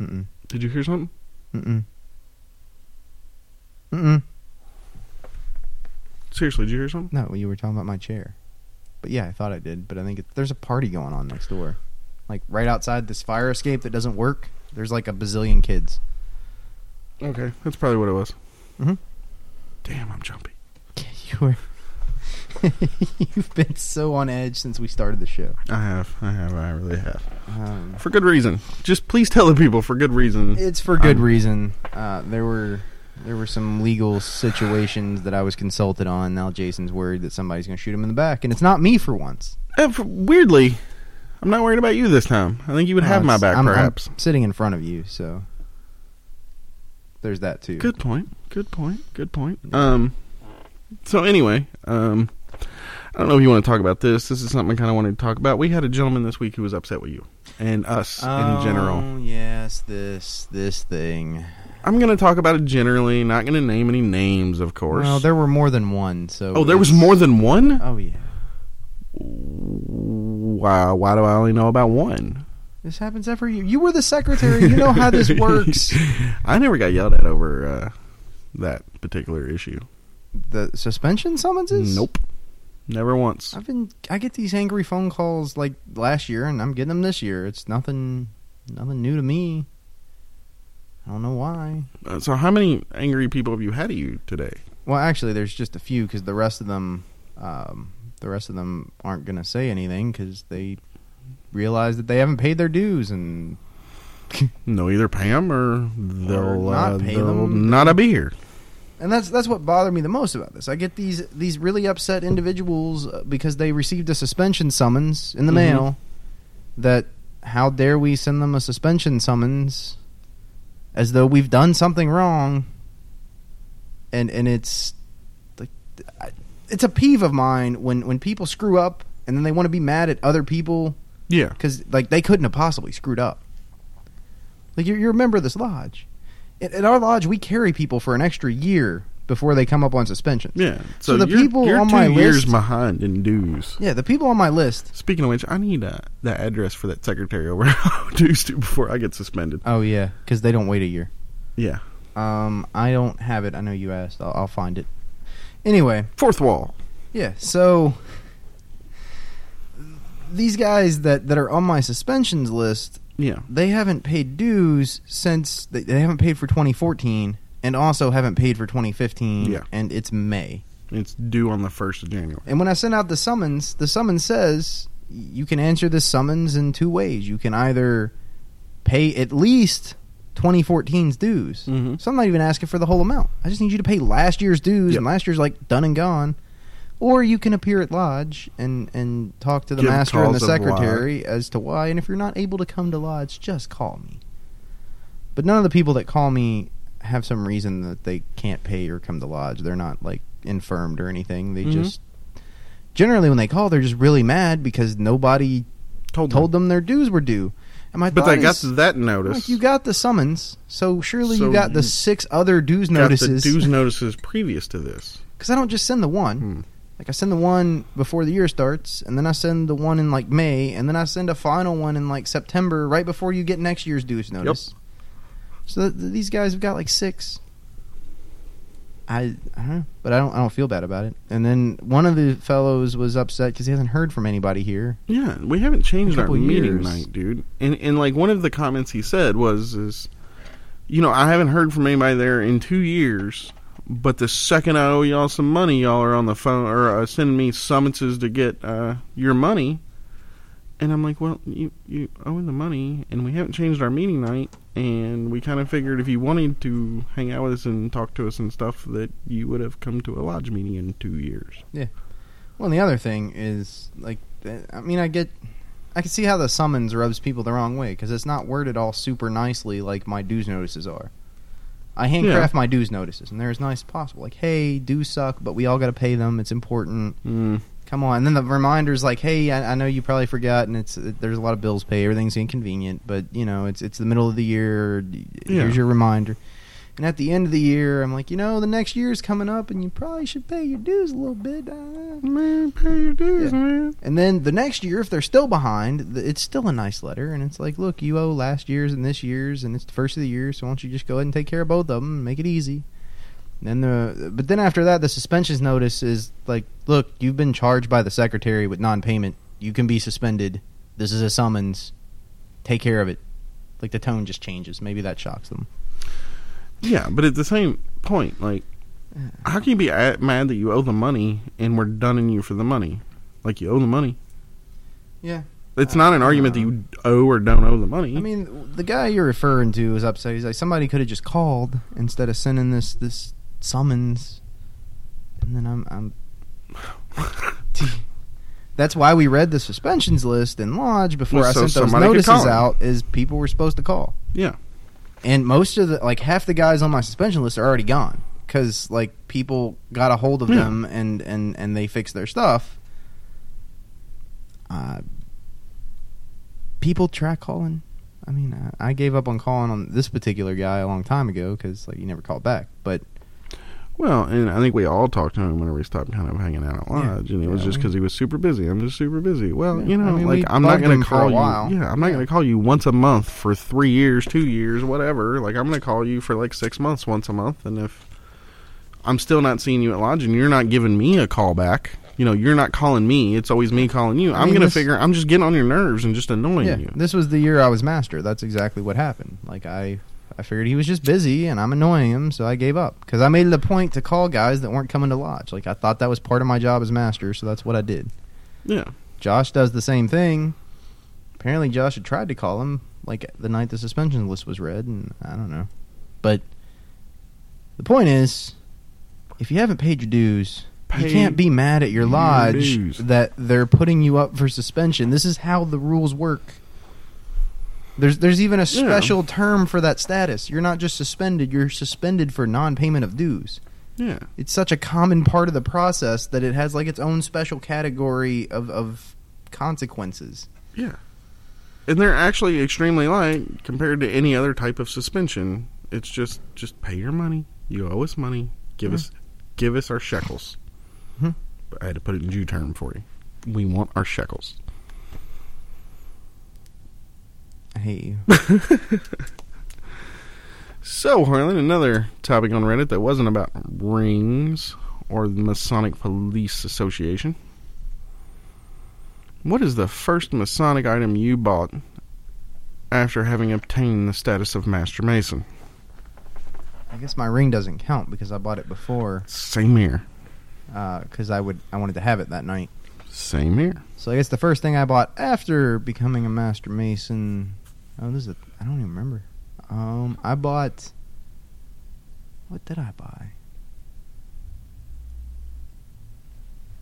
Mm-mm. Did you hear something? Mm-mm. Mm-mm. Seriously, did you hear something? No, you were talking about my chair. But yeah, I thought I did. But I think it, there's a party going on next door, like right outside this fire escape that doesn't work. There's like a bazillion kids. Okay, that's probably what it was. Mhm. Damn, I'm jumpy. You were. You've been so on edge since we started the show. I have, I have, I really have. Um, For good reason. Just please tell the people for good reason. it's for good Um, reason. Uh, there were there were some legal situations that I was consulted on. Now Jason's worried that somebody's going to shoot him in the back, and it's not me for once. Eh, for- weirdly, I'm not worried about you this time. I think you would have Uh, my it's- back, I'm- I'm perhaps. sitting in front of you, so there's that too. Good point. Good point. Good point. Um. So anyway, um, I don't know if you want to talk about this. This is something I kind of wanted to talk about. We had a gentleman this week who was upset with you and us in general. Oh, Yes, this this thing. I'm going to talk about it generally. Not going to name any names, of course. Well, there were more than one. So oh, there was it's- more than one. Oh yeah, Wow. Why do I only know about one? this happens every year. You were the secretary. You know how this works. I never got yelled at over uh, that particular issue. the suspension summonses. Nope. Never once. I've been. I get these angry phone calls like last year, and I'm getting them this year. It's nothing, nothing new to me. I don't know why. Uh, so how many angry people have you had at you today? Well, actually, there's just a few because the rest of them, um, the rest of them aren't gonna say anything because they realize that they haven't paid their dues and No, either pay 'em or they'll Or not uh, pay they'll them. not be here. and that's that's what bothered me the most about this. I get these these really upset individuals uh, because they received a suspension summons in the Mhm. mail. That how dare we send them a suspension summons, as though we've done something wrong. And and it's like I- it's a peeve of mine when when people screw up and then they want to be mad at other people Yeah, because like they couldn't have possibly screwed up. Like you, you remember this lodge? At, at our lodge, we carry people for an extra year before they come up on suspension. yeah. So the you're- people you're on two my years list- behind in dues. Yeah, the people on my list. Speaking of which, I need uh, that address for that secretary over dues to before I get suspended. Oh yeah, because they don't wait a year. Yeah, Um, I don't have it. I know you asked. I'll, I'll find it. Anyway, fourth wall. Yeah, so these guys that, that are on my suspensions list, Yeah, they haven't paid dues since they, they haven't paid for 2014 and also haven't paid for 2015 Yeah. and it's May. it's due on the first of January. And when I send out the summons, the summons says you can answer this summons in two ways. You can either pay at least 2014's dues. Mhm. So I'm not even asking for the whole amount. I just need you to pay last year's dues, Yep. and last year's like done and gone. Or you can appear at lodge and and talk to the Give master and the cause of why. secretary as to why. And if you're not able to come to lodge, just call me. But none of the people that call me have some reason that they can't pay or come to lodge. They're not like infirmed or anything. They Mhm. just generally when they call, they're just really mad because nobody Told, told them their dues were due. And my But thought they got is, that notice. like, you got the summons, so surely So you got the you six other dues Got notices. the dues notices previous to this. Because I don't just send the one. Hmm. Like I send the one before the year starts, and then I send the one in like May, and then I send a final one in like September, right before you get next year's dues notice. So th- th- these guys have got like six. I, I don't know, but I don't. I don't feel bad about it. And then one of the fellows was upset because he hasn't heard from anybody here. Yeah, we haven't changed A our couple meeting years. night, dude. And and like one of the comments he said was is you know, I haven't heard from anybody there in 2 years, but the second I owe y'all some money, y'all are on the phone or uh, sending me summonses to get uh your money. And I'm like, "Well, you you owe the money and we haven't changed our meeting night and we kind of figured if you wanted to hang out with us and talk to us and stuff that you would have come to a lodge meeting in 2 years." Well, and the other thing is like, th- I mean, I get, I can see how the summons rubs people the wrong way because it's not worded all super nicely like my dues notices are. I handcraft my dues notices, and they're as nice as possible. Like, hey, dues suck, but we all got to pay them. It's important. Mm. Come on. And then the reminders like, hey, I, I know you probably forgot, and it's it, there's a lot of bills to pay. Everything's inconvenient, but you know, it's it's the middle of the year. d- Yeah. Here's your reminder. And at the end of the year, I'm like, you know, the next year's coming up, and you probably should pay your dues a little bit. Uh, Man, pay your dues, Yeah. man. and then the next year, if they're still behind, th- it's still a nice letter, and it's like, look, you owe last year's and this year's, and it's the first of the year, so why don't you just go ahead and take care of both of them and make it easy. And then the, but then after that, the suspensions notice is like, look, you've been charged by the secretary with non-payment. You can be suspended. This is a summons. Take care of it. Like the tone just changes. Maybe that shocks them. Yeah, but at the same point, like, how can you be a- mad that you owe the money and we're dunning you for the money? Like, you owe the money. Yeah. It's not an argument that you owe or don't owe the money. I mean, the guy you're referring to is upset. He's like, somebody could have just called instead of sending this this summons. And then I'm, I'm. That's why we read the suspensions list in lodge before Well, I so sent those somebody could notices call him. out. Is people were supposed to call. Yeah. And most of the like half the guys on my suspension list are already gone because like people got a hold of Yeah. them and and and they fixed their stuff. Uh, people try calling. I mean, I, I gave up on calling on this particular guy a long time ago because like he never called back. But Well, and I think we all talked to him whenever we stopped kind of hanging out at lodge, and it was Yeah, just we- because he was super busy. I'm just super busy. Well, Yeah. you know, I mean, we like I'm not bugged going him to for a call you. while. Yeah, I'm not Yeah. going to call you once a month for three years, two years, whatever. Like I'm going to call you for like six months, once a month, and if I'm still not seeing you at lodge, and you're not giving me a call back. You know, you're not calling me. It's always me calling you. I am mean, going to this- figure. I'm just getting on your nerves and just annoying yeah, you. this was the year I was master. That's exactly what happened. Like I. I figured he was just busy and I'm annoying him, so I gave up. Because I made it a point to call guys that weren't coming to lodge. Like, I thought that was part of my job as master, so that's what I did. Yeah, Josh does the same thing. Apparently, Josh had tried to call him like the night the suspension list was read, and I don't know. But the point is, if you haven't paid your dues, you Pay can't be mad at your your lodge dues. that they're putting you up for suspension. This is how the rules work. There's there's even a special term for that status. You're not just suspended; you're suspended for non-payment of dues yeah. it's such a common part of the process that it has like its own special category of, of consequences. and they're actually extremely light compared to any other type of suspension. It's just just pay your money. You owe us money. Give us give us our shekels. Hmm. Mhm. I had to put it in Jew term for you. We want our shekels. I hate you. So, Harlan, another topic on Reddit that wasn't about rings or the Masonic Police Association. What is the first Masonic item you bought after having obtained the status of Master Mason? I guess my ring doesn't count because I bought it before Same here. because I would I wanted to have it that night. Same here. So I guess the first thing I bought after becoming a master mason. Oh, this is a, I don't even remember. Um, I bought. What did I buy?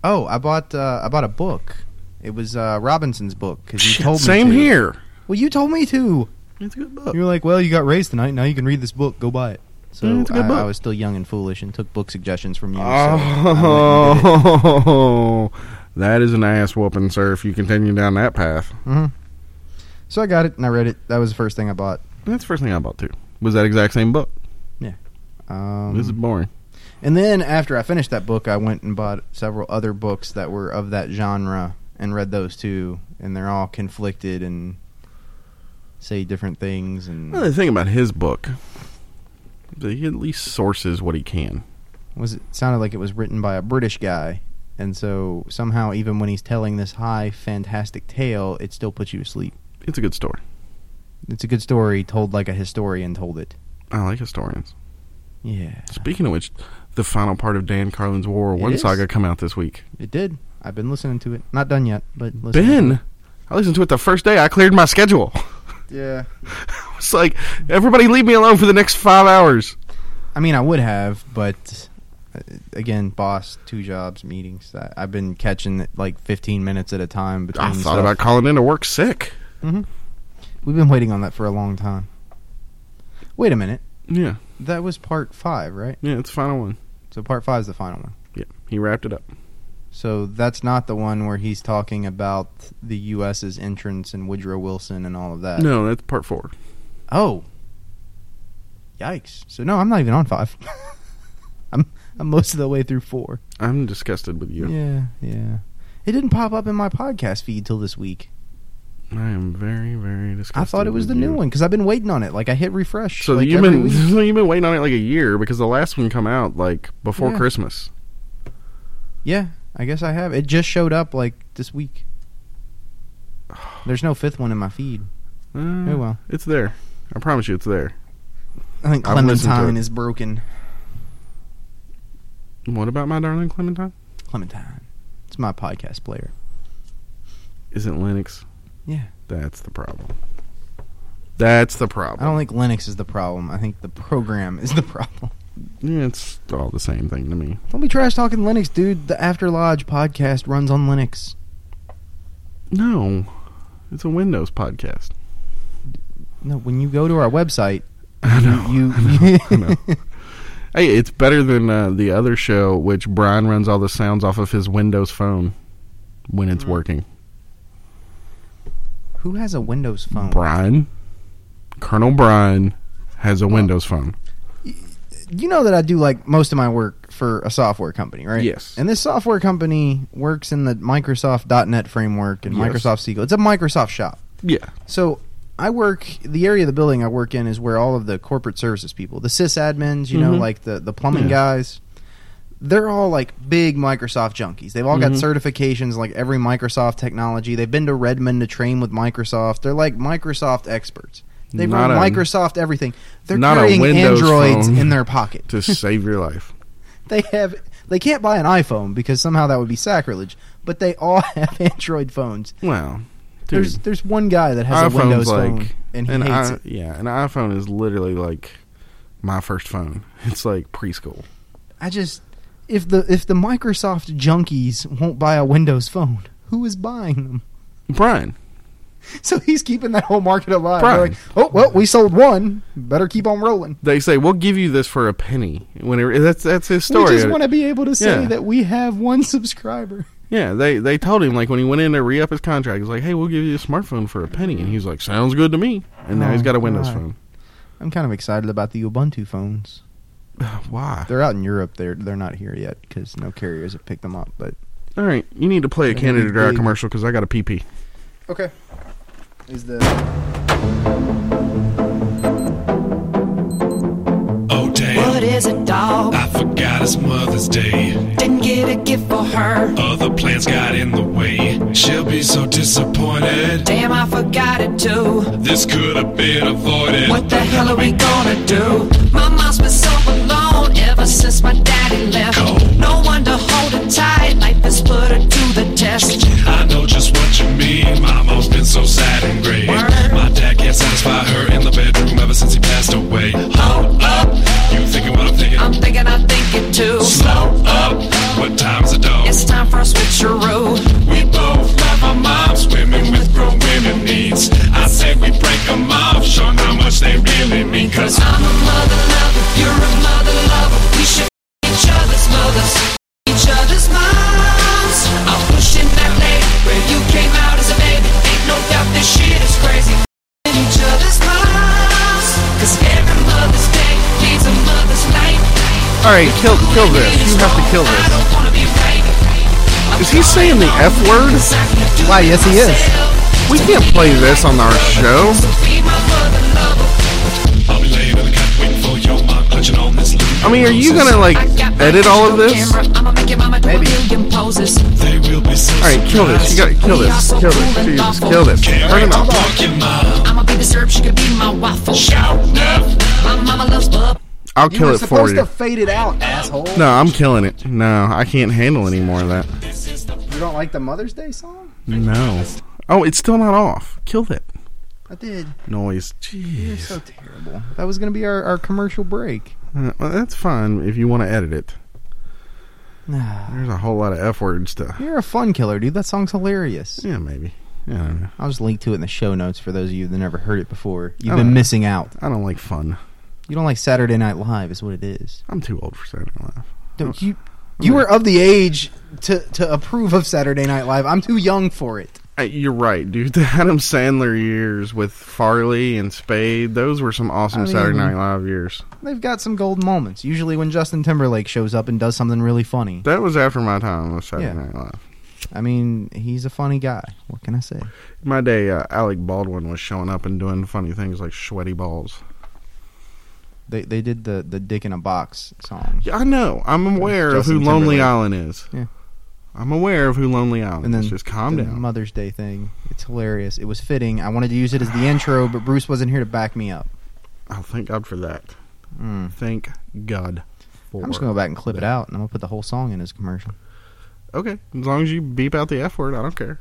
Oh, I bought uh, I bought a book. It was uh, Robinson's book because you Shit, told me. Same to. here. Well, you told me to. It's a good book. You were like, "Well, you got raised tonight. Now you can read this book. Go buy it." So Yeah, Mm, it's a good I, book. I was still young and foolish and took book suggestions from you. so I went and did it. Oh, That is an ass whooping, sir, if you continue down that path. So I got it and I read it. That was the first thing I bought. That's the first thing I bought, too. Was that exact same book. This is Um, boring. and then after I finished that book, I went and bought several other books that were of that genre and read those too. And they're all conflicted and say different things. Well, And the thing about his book, that he at least sources what he can. was it sounded like it was written by a British guy. And so somehow, even when he's telling this high, fantastic tale, it still puts you to sleep. It's a good story. It's a good story told like a historian told it. I like historians. Yeah, Speaking of which, the final part of Dan Carlin's War It One is? saga come out this week. it did. I've been listening to it. Not done yet, but listening. Ben, I listened to it the first day. I cleared my schedule. Yeah. It's like everybody leave me alone for the next five hours. I mean, I would have, but uh, again, boss, two jobs, meetings. I, I've been catching it like 15 minutes at a time between. I stuff. thought about calling in to work sick. We've been waiting on that for a long time. Wait a minute. Yeah, That was part five, right? yeah, it's the final one. So part five is the final one. Yeah, he wrapped it up. So that's not the one where he's talking about the U.S.'s entrance and Woodrow Wilson and all of that. No, that's part four. Oh. Yikes. So no, I'm not even on five. I'm I'm most of the way through four. I'm disgusted with you. Yeah, yeah. It didn't pop up in my podcast feed till this week. I am very, very disgusted. I thought it was the with new you. one because I've been waiting on it. Like I hit refresh. So like, you've every been week. so you've been waiting on it like a year because the last one come out like before Yeah. Christmas. Yeah, I guess I have. It just showed up like this week. There's no fifth one in my feed. Uh, Oh well. It's there. I promise you, it's there. I think I've listened to Clementine it. is broken. What about my darling Clementine? Clementine. It's my podcast player. Is it Linux? Yeah. That's the problem. That's the I problem. don't think Linux is the problem. I think the program is the problem. Yeah, it's all the same thing to me. Don't be trash talking Linux, dude. The After Lodge podcast runs on Linux. No, it's a Windows podcast. No, when you go to our website, I know. you I know. Hey, it's better than uh, the other show, which Brian runs all the sounds off of his Windows phone when Mm. it's working. who has a Windows phone? Brian, Colonel Brian, has a Windows phone. you know that I do like most of my work for a software company, right? Yes. And this software company works in the Microsoft.NET framework and Yes. Microsoft SQL. It's a Microsoft shop. Yeah, So I work the area of the building I work in is where all of the corporate services people, the sysadmins, you know, Mhm. like the the plumbing Yeah. guys, they're all like big Microsoft junkies. They've all Mhm. got certifications like every Microsoft technology. They've been to Redmond to train with Microsoft. They're like Microsoft experts. They've Not run a- Microsoft everything. They're not a carrying Windows androids phone. in their pocket to save your life. they have they can't buy an iPhone because somehow that would be sacrilege. But they all have Android phones. Well, dude, There's there's one guy that has a Windows phone and he an hates i- it. yeah, an iPhone is literally like my first phone. It's like preschool. I just if the if the Microsoft junkies won't buy a Windows phone, who is buying them? Brian, So he's keeping that whole market alive. They're Right. like, oh well, we sold one. Better keep on rolling. they say we'll give you this for a penny. Whenever that's that's his We story. just want to be able to say Yeah. that we have one subscriber. Yeah, they they told him like when he went in to re up his contract, he's like, "Hey, we'll give you a smartphone for a penny," and he's like, "Sounds good to me." And now Oh, he's got a Windows God. phone. I'm kind of excited about the Ubuntu phones. Why? They're out in Europe. They're they're not here yet because no carriers have picked them up. But All right, you need to play a They're Canada Dry big. commercial because I got a PP. Okay. Is the Oh damn, What is a dog? I forgot it's Mother's Day. Didn't get a gift for her. Other plans got in the way. She'll be so disappointed. Damn, I forgot it too. This could have been avoided. What the hell are we gonna do? My mom's been so alone ever since my daddy left. No one to hold her tight. Life has put her to the test. I know just what you mean. Mama's been so sad and grave. Word. My dad can't satisfy her in the bedroom ever since he passed away. Hold up, you thinking what I'm thinking? I'm thinking I think it too. Slow up, what time's the dog? It's time for a switcheroo. We both love our moms, women with grown women needs. I say we break them off, show 'em how much they really mean. Cause Cause I'm a mother lover, you're a mother lover. We should be each other's mothers, each other's moms. I'll push and All right, kill kill this. You have to kill this. Is he saying the f word? Why, yes, he is. We can't play this on our show. I'll be late on the cat waiting for your mom, clutching on this lead. I mean, are you gonna like edit all of this? All Maybe. They will be so right, kill this. You gotta kill this. Kill this. Jesus, kill this. Turn him off. fucking mouth. I'ma be the syrup, she could be my waffle. Shout enough. My mama loves bub. I'll You kill were it for supposed you. to fade it out, asshole. No, I'm killing it. No, I can't handle any more of that. You don't like the Mother's Day song? No. Oh, it's still not off. Kill that I did. noise. Jeez. So terrible. That was gonna be our, our commercial break. Uh, well, that's fine if you want to edit it. Nah. There's a whole lot of F words to. You're a fun killer, dude. That song's hilarious. Yeah, maybe. Yeah, I don't know. I'll just link to it in the show notes for those of you that never heard it before. You've Oh. been missing out. I don't like fun. You don't like Saturday Night Live, is what it is. I'm too old for Saturday Night Live. Dude, you Mm. you were of the age to to approve of Saturday Night Live. I'm too young for it. Uh, You're right, dude. The Adam Sandler years with Farley and Spade, those were some awesome I mean- Saturday Night Live years. They've got some gold moments. Usually when Justin Timberlake shows up and does something really funny. That was after my time with Saturday Yeah. Night Live. I mean, he's a funny guy. What can I say? My day, uh, Alec Baldwin was showing up and doing funny things like sweaty balls. They they did the the dick in a box song. Yeah, I know. I'm aware Justin of who Lonely Timberlake. Island is. Yeah. I'm aware of who Lonely Island And then is. Just calm the down. Mother's Day thing. It's hilarious. It was fitting. I wanted to use it as the intro, but Bruce wasn't here to back me up. oh, thank God for that. Mm. Thank God. For I'm just gonna go back and clip it out, and I'm gonna put the whole song in as commercial. Okay, as long as you beep out the F word, I don't care.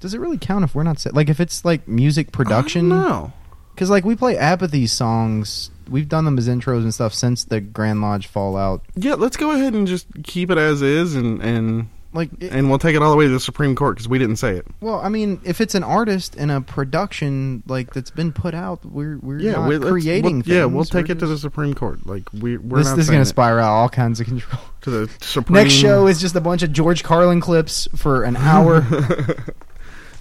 Does it really count if we're not set? like if it's like music production? No. Because like we play apathy songs, we've done them as intros and stuff since the Grand Lodge Fallout. Yeah, let's go ahead and just keep it as is, and and Like, it- and we'll take it all the way to the Supreme Court because we didn't say it. well, I mean, if it's an artist and a production like that's been put out, we're we're not we, creating. we things. yeah, we'll take We're it to the just- Supreme Court. Like we we're this, not this is saying gonna it. spiral out of all kinds of control. to the Supreme. Next show is just a bunch of George Carlin clips for an hour,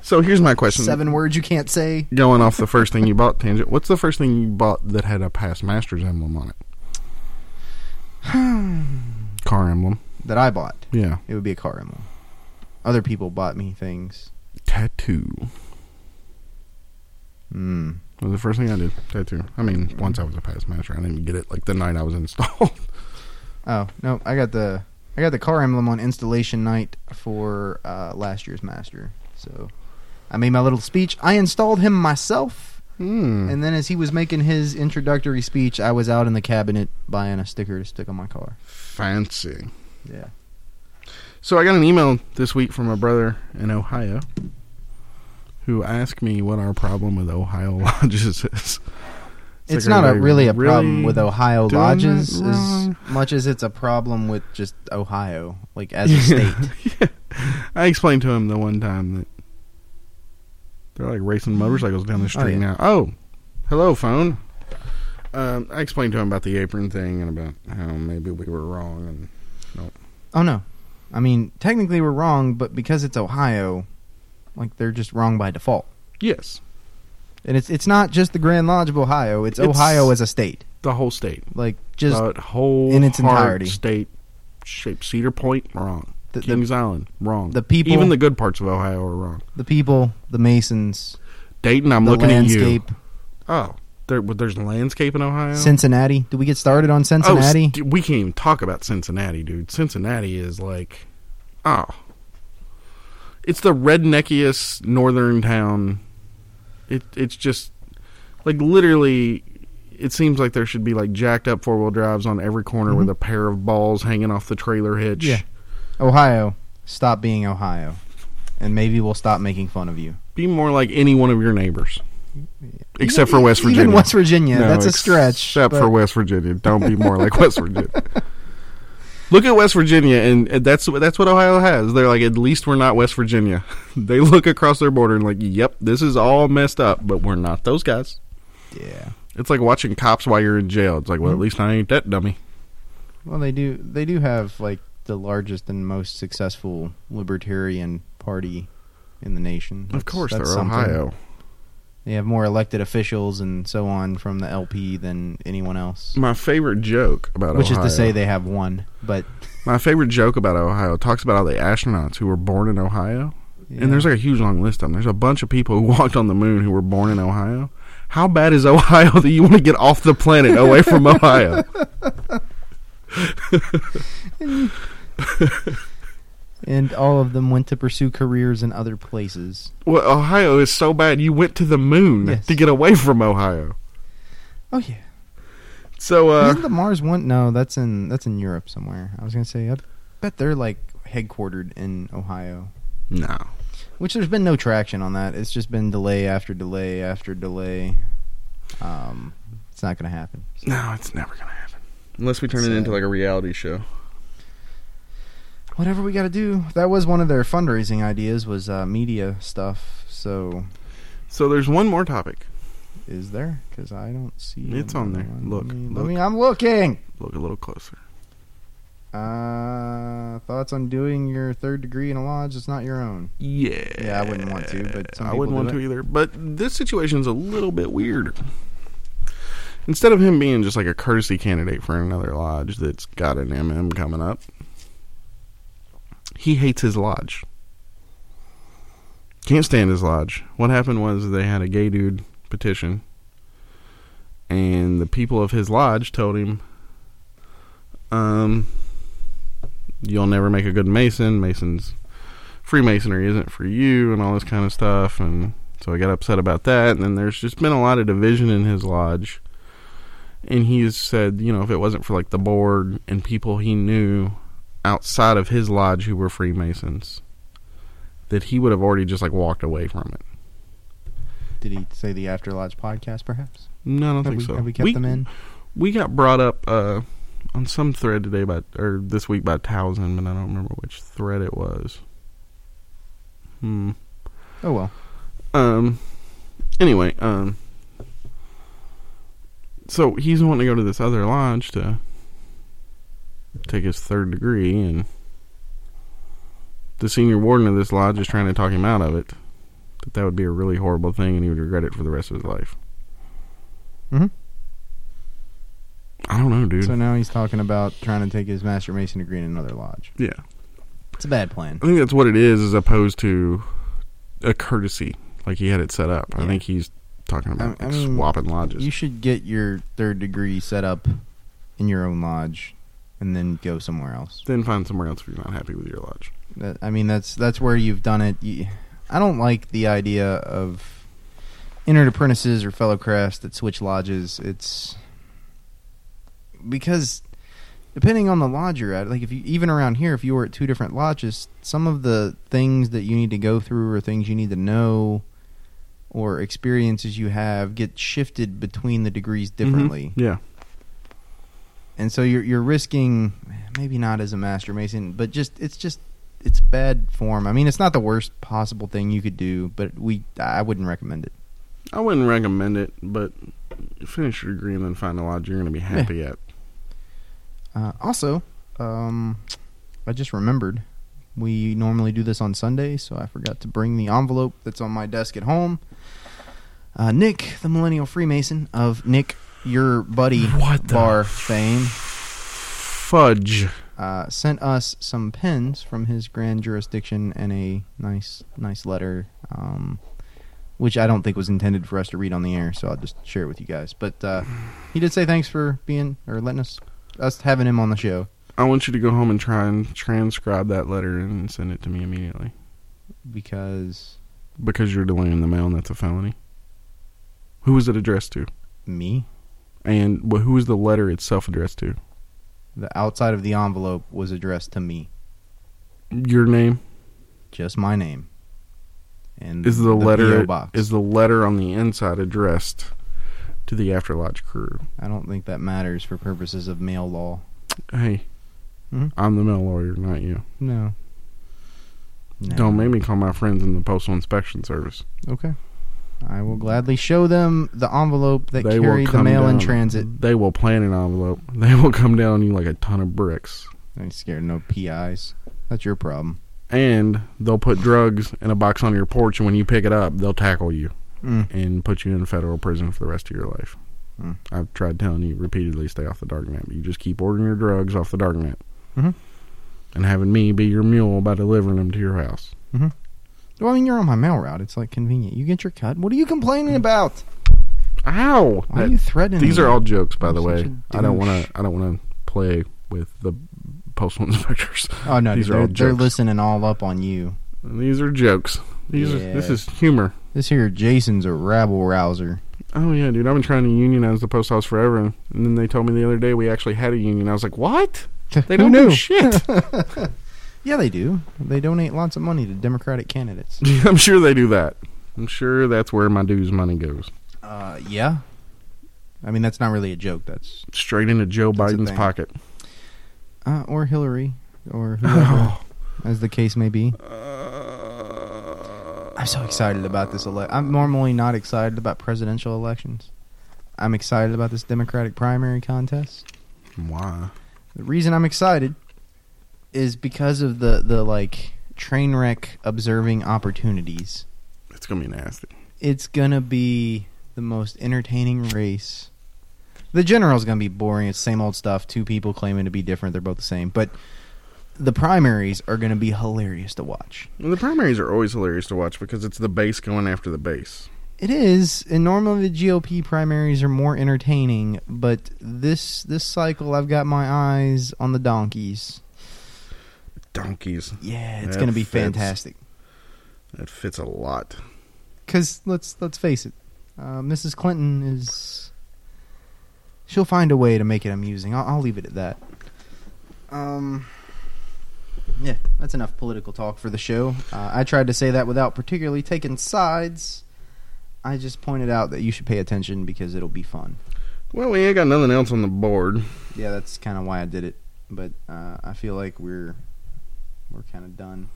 So here's my question. seven words you can't say. Going off the first thing you bought, tangent. What's the first thing you bought that had a past masters emblem on it? Car emblem. That I bought. Yeah. It would be a car emblem. Other people bought me things. Tattoo. Mm. That was the first thing I did. Tattoo. I mean, once I was a past master, I didn't get it like the night I was installed. Oh no, I got the I got the car emblem on installation night for uh, last year's master. So I made my little speech. I installed him myself, Hmm. and then as he was making his introductory speech, I was out in the cabinet buying a sticker to stick on my car. Fancy. Yeah. So I got an email this week from a brother in Ohio who asked me what our problem with Ohio lodges is. It's like, not are a, they really a problem really with Ohio doing lodges that as wrong? much as it's a problem with just Ohio, like as a state. I explained to him the one time that they're like racing motorcycles down the street yeah. now. Oh, hello, phone. Um, I explained to him about the apron thing and about how maybe we were wrong and Oh no, I mean technically we're wrong, but because it's Ohio, like they're just wrong by default. yes, And it's it's not just the Grand Lodge of Ohio; it's, It's- Ohio as a state, the whole state, like just the whole in its hard entirety. state shaped Cedar Point wrong, The- the- Kings Island wrong, the people- even the good parts of Ohio are wrong. the people, the Masons, Dayton, I'm the looking landscape, at you. Oh, there, well, there's landscape in Ohio. Cincinnati. Did we get started on Oh, s- Cincinnati? dude, we can't even talk about Cincinnati, dude. Cincinnati is like, oh, it's the redneckiest northern town. It it's just like literally. It seems like there should be like jacked up four wheel drives on every corner with a pair of balls hanging off the trailer hitch. Mm-hmm. Yeah. Ohio, stop being Ohio, and maybe we'll stop making fun of you. Be more like any one of your neighbors, except for West Virginia. Even West Virginia, No, that's a stretch. Except for but- West Virginia, don't be more like West Virginia. Look at West Virginia, and and that's that's what Ohio has. They're like, at least we're not West Virginia. They look across their border and like, yep, this is all messed up, but we're not those guys. yeah. It's like watching cops while you're in jail. It's like, well, at least I ain't that dummy. Well, they do. They do have like the largest and most successful libertarian party in the nation. of course, they're something. Ohio. They have more elected officials and so on from the LP than anyone else. My favorite joke about Which Ohio, is to say they have one, but my favorite joke about Ohio talks about all the astronauts who were born in Ohio, Yeah. and there's like a huge long list of them. There's a bunch of people who walked on the moon who were born in Ohio. How bad is Ohio that you want to get off the planet away from Ohio? and all of them went to pursue careers in other places. Well, Ohio is so bad you went to the moon Yes. to get away from Ohio. Oh yeah, So uh, isn't the Mars one? No, that's in that's in Europe somewhere. I was gonna say, I bet they're like headquartered in Ohio. no, Which there's been no traction on that. It's just been delay after delay after delay. Um, it's not going to happen. no, it's never gonna happen unless we turn it Sad. into like a reality show. Whatever we got to do. That was one of their fundraising ideas was uh, media stuff. So So there's one more topic. is there? Because I don't see. It's on there. another one. Look, Let me, look. Let me, I'm looking. Look a little closer. Uh, thoughts on doing your third degree in a lodge? It's not your own. Yeah. Yeah, I wouldn't want to, but some I wouldn't people want do to it. either. But this situation's a little bit weird. Instead of him being just like a courtesy candidate for another lodge that's got an MM coming up, he hates his lodge. Can't stand his lodge. What happened was they had a gay dude petition, and the people of his lodge told him, um, you'll never make a good Mason. Mason's Freemasonry isn't for you and all this kind of stuff. And so I got upset about that. And then there's just been a lot of division in his lodge. And he's said, you know, if it wasn't for like the board and people he knew outside of his lodge who were Freemasons, that he would have already just like walked away from it. Did he say the After Lodge podcast? Perhaps. No, I don't Have think we, so. have we kept them in? We got brought up uh, on some thread today by or this week by Towson, but I don't remember which thread it was. Hmm. Oh well. Um. Anyway, um. So he's wanting to go to this other lodge to take his third degree, and the senior warden of this lodge is trying to talk him out of it. That that would be a really horrible thing, and he would regret it for the rest of his life. Mhm. I don't know, dude. So now he's talking about trying to take his master mason degree in another lodge. yeah, It's a bad plan. I think that's what it is, as opposed to a courtesy like he had it set up. I Yeah. think he's talking about I- I like, mean, swapping lodges. You should get your third degree set up in your own lodge, and then go somewhere else. then find somewhere else if you're not happy with your lodge. That, I mean, that's that's where you've done it. You, I don't like the idea of entered apprentices or fellow crafts that switch lodges. It's because depending on the lodge you're at, like if you even around here, if you were at two different lodges, some of the things that you need to go through or things you need to know or experiences you have get shifted between the degrees differently Yeah. and so you're you're risking maybe not as a master mason, but just it's just it's bad form. I mean, it's not the worst possible thing you could do, but we I wouldn't recommend it. I wouldn't recommend it, but finish your degree and then find a lodge you're going to be happy at. Uh, also, um, I just remembered we normally do this on Sunday, so I forgot to bring the envelope that's on my desk at home. Uh, Nick, the millennial Freemason of Nick, your buddy What the bar fame, Fudge. uh, sent us some pens from his grand jurisdiction and a nice, nice letter, um, which I don't think was intended for us to read on the air. So I'll just share it with you guys. But uh, he did say thanks for being or letting us us having him on the show. I want you to go home and try and transcribe that letter and send it to me immediately. Because Because you're delaying the mail and that's a felony. Who was it addressed to? me, And wh- who was the letter itself addressed to? the outside of the envelope was addressed to me, Your name? just my name. And Is the, PO letter box? is the letter on the inside addressed to the After Lodge crew? I don't think that matters for purposes of mail law. Hey, Mhm. I'm the mail lawyer, not you. No. no. Don't make me call my friends in the postal inspection service. Okay. I will gladly show them the envelope that They will carried the come mail in down. transit. They will plan an envelope. They will come down on you like a ton of bricks, I ain't scared of no PIs. That's your problem. and they'll put drugs in a box on your porch. And when you pick it up, they'll tackle you. and put you in federal prison for the rest of your life. Hmm. I've tried telling you repeatedly, stay off the dark net. But you just keep ordering your drugs off the dark net, Mhm. and having me be your mule by delivering them to your house. Well, I mean, you're on my mail route. It's like convenient. You get your cut. What are you complaining about? Ow! Why are That- you threatening? Mm. These me? are all jokes, by I'm the such way. a I don't want douche. to. I don't want to play with the postal inspectors. Oh no, these dude, are all they're, they're jokes. listening all up on you. These are jokes. These are, this Yeah. is humor. This here Jason's a rabble rouser. Oh yeah, dude. I've been trying to unionize the post office forever, and, and then they told me the other day we actually had a union. I was like, what? They Who don't knew? do shit. Yeah, they do. They donate lots of money to Democratic candidates. I'm sure they do that. I'm sure that's where my dues money goes. Uh, yeah. I mean, that's not really a joke. That's Straight into Joe That's a Biden's thing. pocket. uh, or Hillary or whoever, as the case may be. I'm so excited about this election. I'm normally not excited about presidential elections. I'm excited about this Democratic primary contest. Why? The reason I'm excited is because of the the like train wreck observing opportunities. It's gonna be nasty. It's gonna be the most entertaining race. The general's gonna be boring. It's same old stuff. Two people claiming to be different. They're both the same, but the primaries are gonna be hilarious to watch. The primaries are always hilarious to watch because it's the base going after the base. It is, and normally the GOP primaries are more entertaining, but this this cycle I've got my eyes on the donkeys. Donkeys. Yeah, it's That gonna be fits. fantastic. That fits a lot. because let's let's face it, uh, Mrs. Clinton is she'll find a way to make it amusing. I'll, I'll leave it at that. Um, yeah, that's enough political talk for the show. Uh, I tried to say that without particularly taking sides. I just pointed out that you should pay attention because it'll be fun. Well, we ain't got nothing else on the board. Yeah, that's kind of why I did it. But uh, I feel like we're we're kind of done.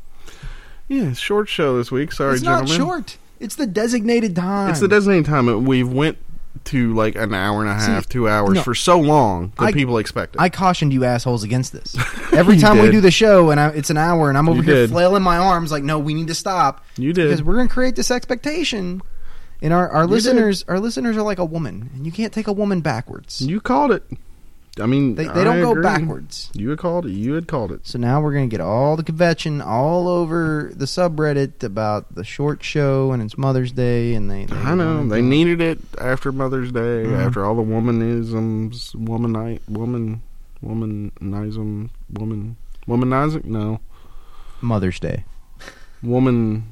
Yeah, short show this week. Sorry, it's gentlemen. not short. It's the designated time. It's the designated time. We've went to like an hour and a See, half, two hours no. for so long that I- people expect it. I cautioned you assholes against this. Every You time we did. do the show and I, it's an hour and I'm over You here did. flailing my arms like, no, we need to stop you because did. we're going to create this expectation. And our, our did. listeners, our listeners are like a woman, and you can't take a woman backwards. You called it. I mean, they they I don't go agree. backwards. You had called it. You had called it. So now we're going to get all the convention all over the subreddit about the short show and it's Mother's Day, and they, they I know wanna they do- needed it after Mother's Day, Mm-hmm. after all the womanisms, womanite, woman, womanism, woman, womanizing. No, Mother's Day, woman.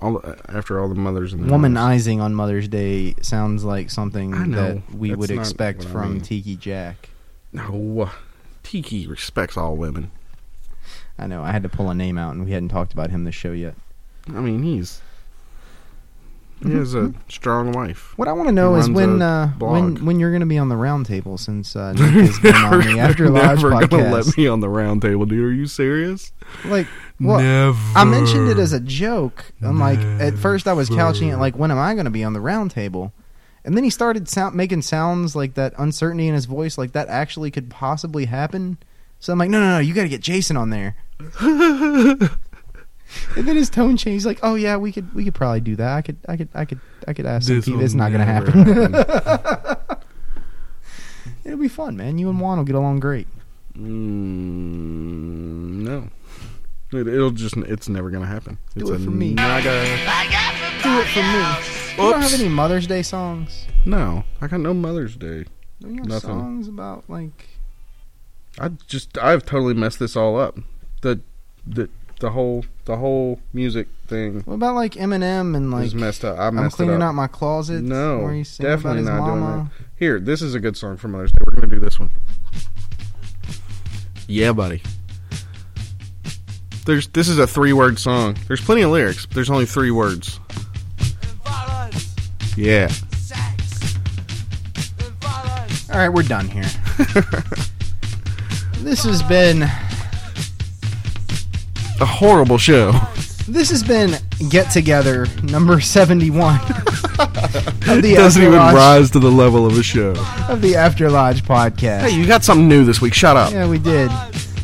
All after all the mothers and their mothers. womanizing on Mother's Day sounds like something I know. that we That's would not expect what I from mean. Tiki Jack. No, uh, Tiki respects all women. I know. I had to pull a name out, and we hadn't talked about him this show yet. I mean, he's he has Mm-hmm. a strong wife. What I want to know is runs when a uh, when blog. when you're going to be on the roundtable since uh, Nick has been on the After They're Lodge never gonna podcast. let me on the round table, dude. Are you serious? Like, well, I mentioned it as a joke. I'm like, at first I was couching it like, when am I going to be on the roundtable? And then he started sound, making sounds like that uncertainty in his voice, like that actually could possibly happen. So I'm like, no, no, no, you got to get Jason on there. Mm, and then his tone changed, like, oh yeah, we could, we could probably do that. I could, I could, I could, I could ask some people. It's not going to happen. It'll be fun, man. You and Juan will get along great. Mm, no. It, it'll just, it's never going to happen. Do it's it a for me. Naga. Do it for me. You don't have Oops. any Mother's Day songs. No, I got no Mother's Day. Don't you have Nothing. songs about like? I just, I've totally messed this all up. The, the, the whole, the whole music thing What about like Eminem and like? is messed up. I messed I'm it cleaning up. out my closet. No, where he's singing definitely about his not doing mama. that. Here, this is a good song for Mother's Day. We're gonna do this one. Yeah, buddy. There's this is a three-word song. There's plenty of lyrics. but There's only three words. Yeah. All right, we're done here. this has been A horrible show. this has been get together number seventy one. of the Doesn't After even Lodge, rise to the level of a show. of the After Lodge podcast. Hey, you got something new this week. Shut up. Yeah, we did.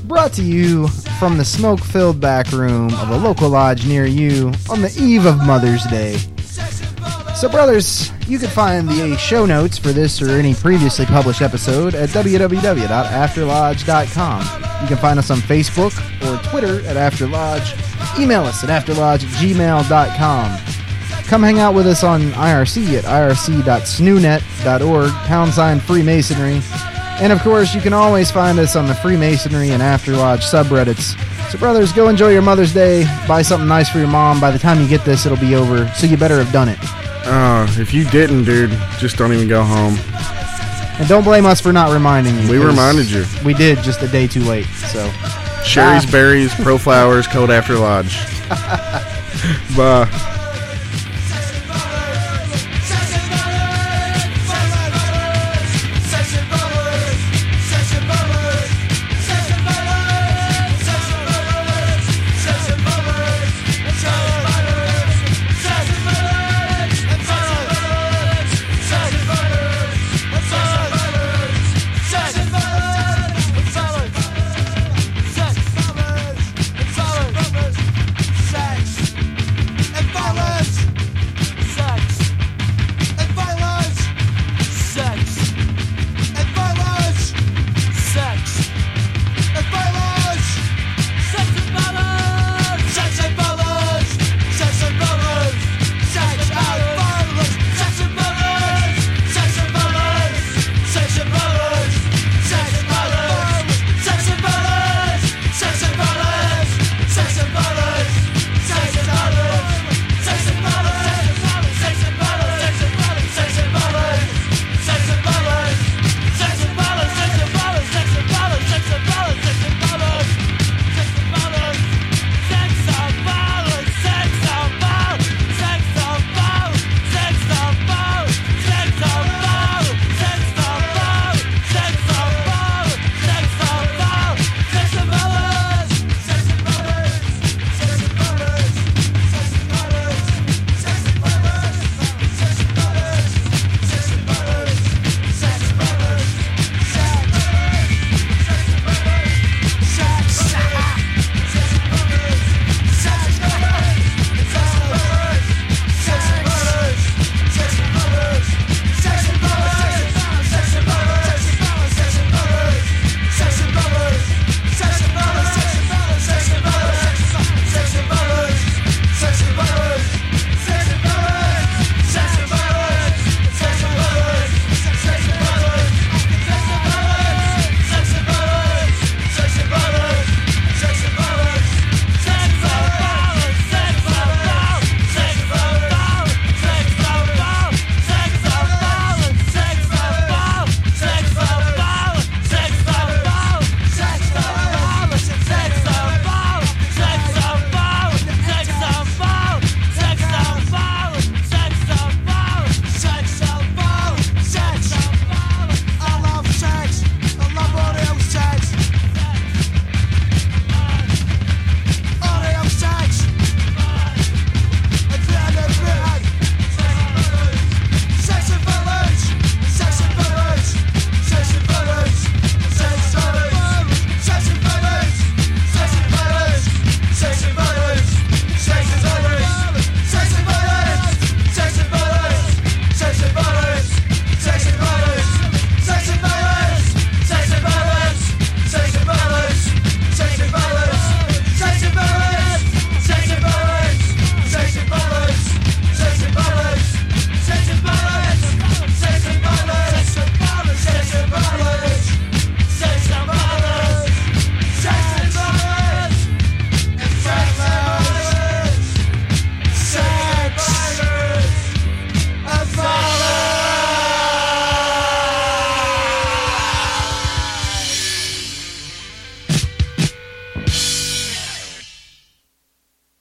Brought to you from the smoke filled back room of a local lodge near you on the eve of Mother's Day. So, brothers, you can find the show notes for this or any previously published episode at www.afterlodge.com. You can find us on Facebook or Twitter at Afterlodge. Email us at afterlodge at gmail.com. Come hang out with us on IRC at E irc.snoonet.org, pound sign Freemasonry. And of course, you can always find us on the Freemasonry and Afterlodge subreddits. So, brothers, go enjoy your Mother's Day. Buy something nice for your mom. By the time you get this, it'll be over. So, you better have done it. Uh, if you didn't, dude, just don't even go home. And don't blame us for not reminding you. We 'cause reminded you. We did just a day too late. So, Sherry's Bye. berries, pro flowers, cold after lodge. Bye.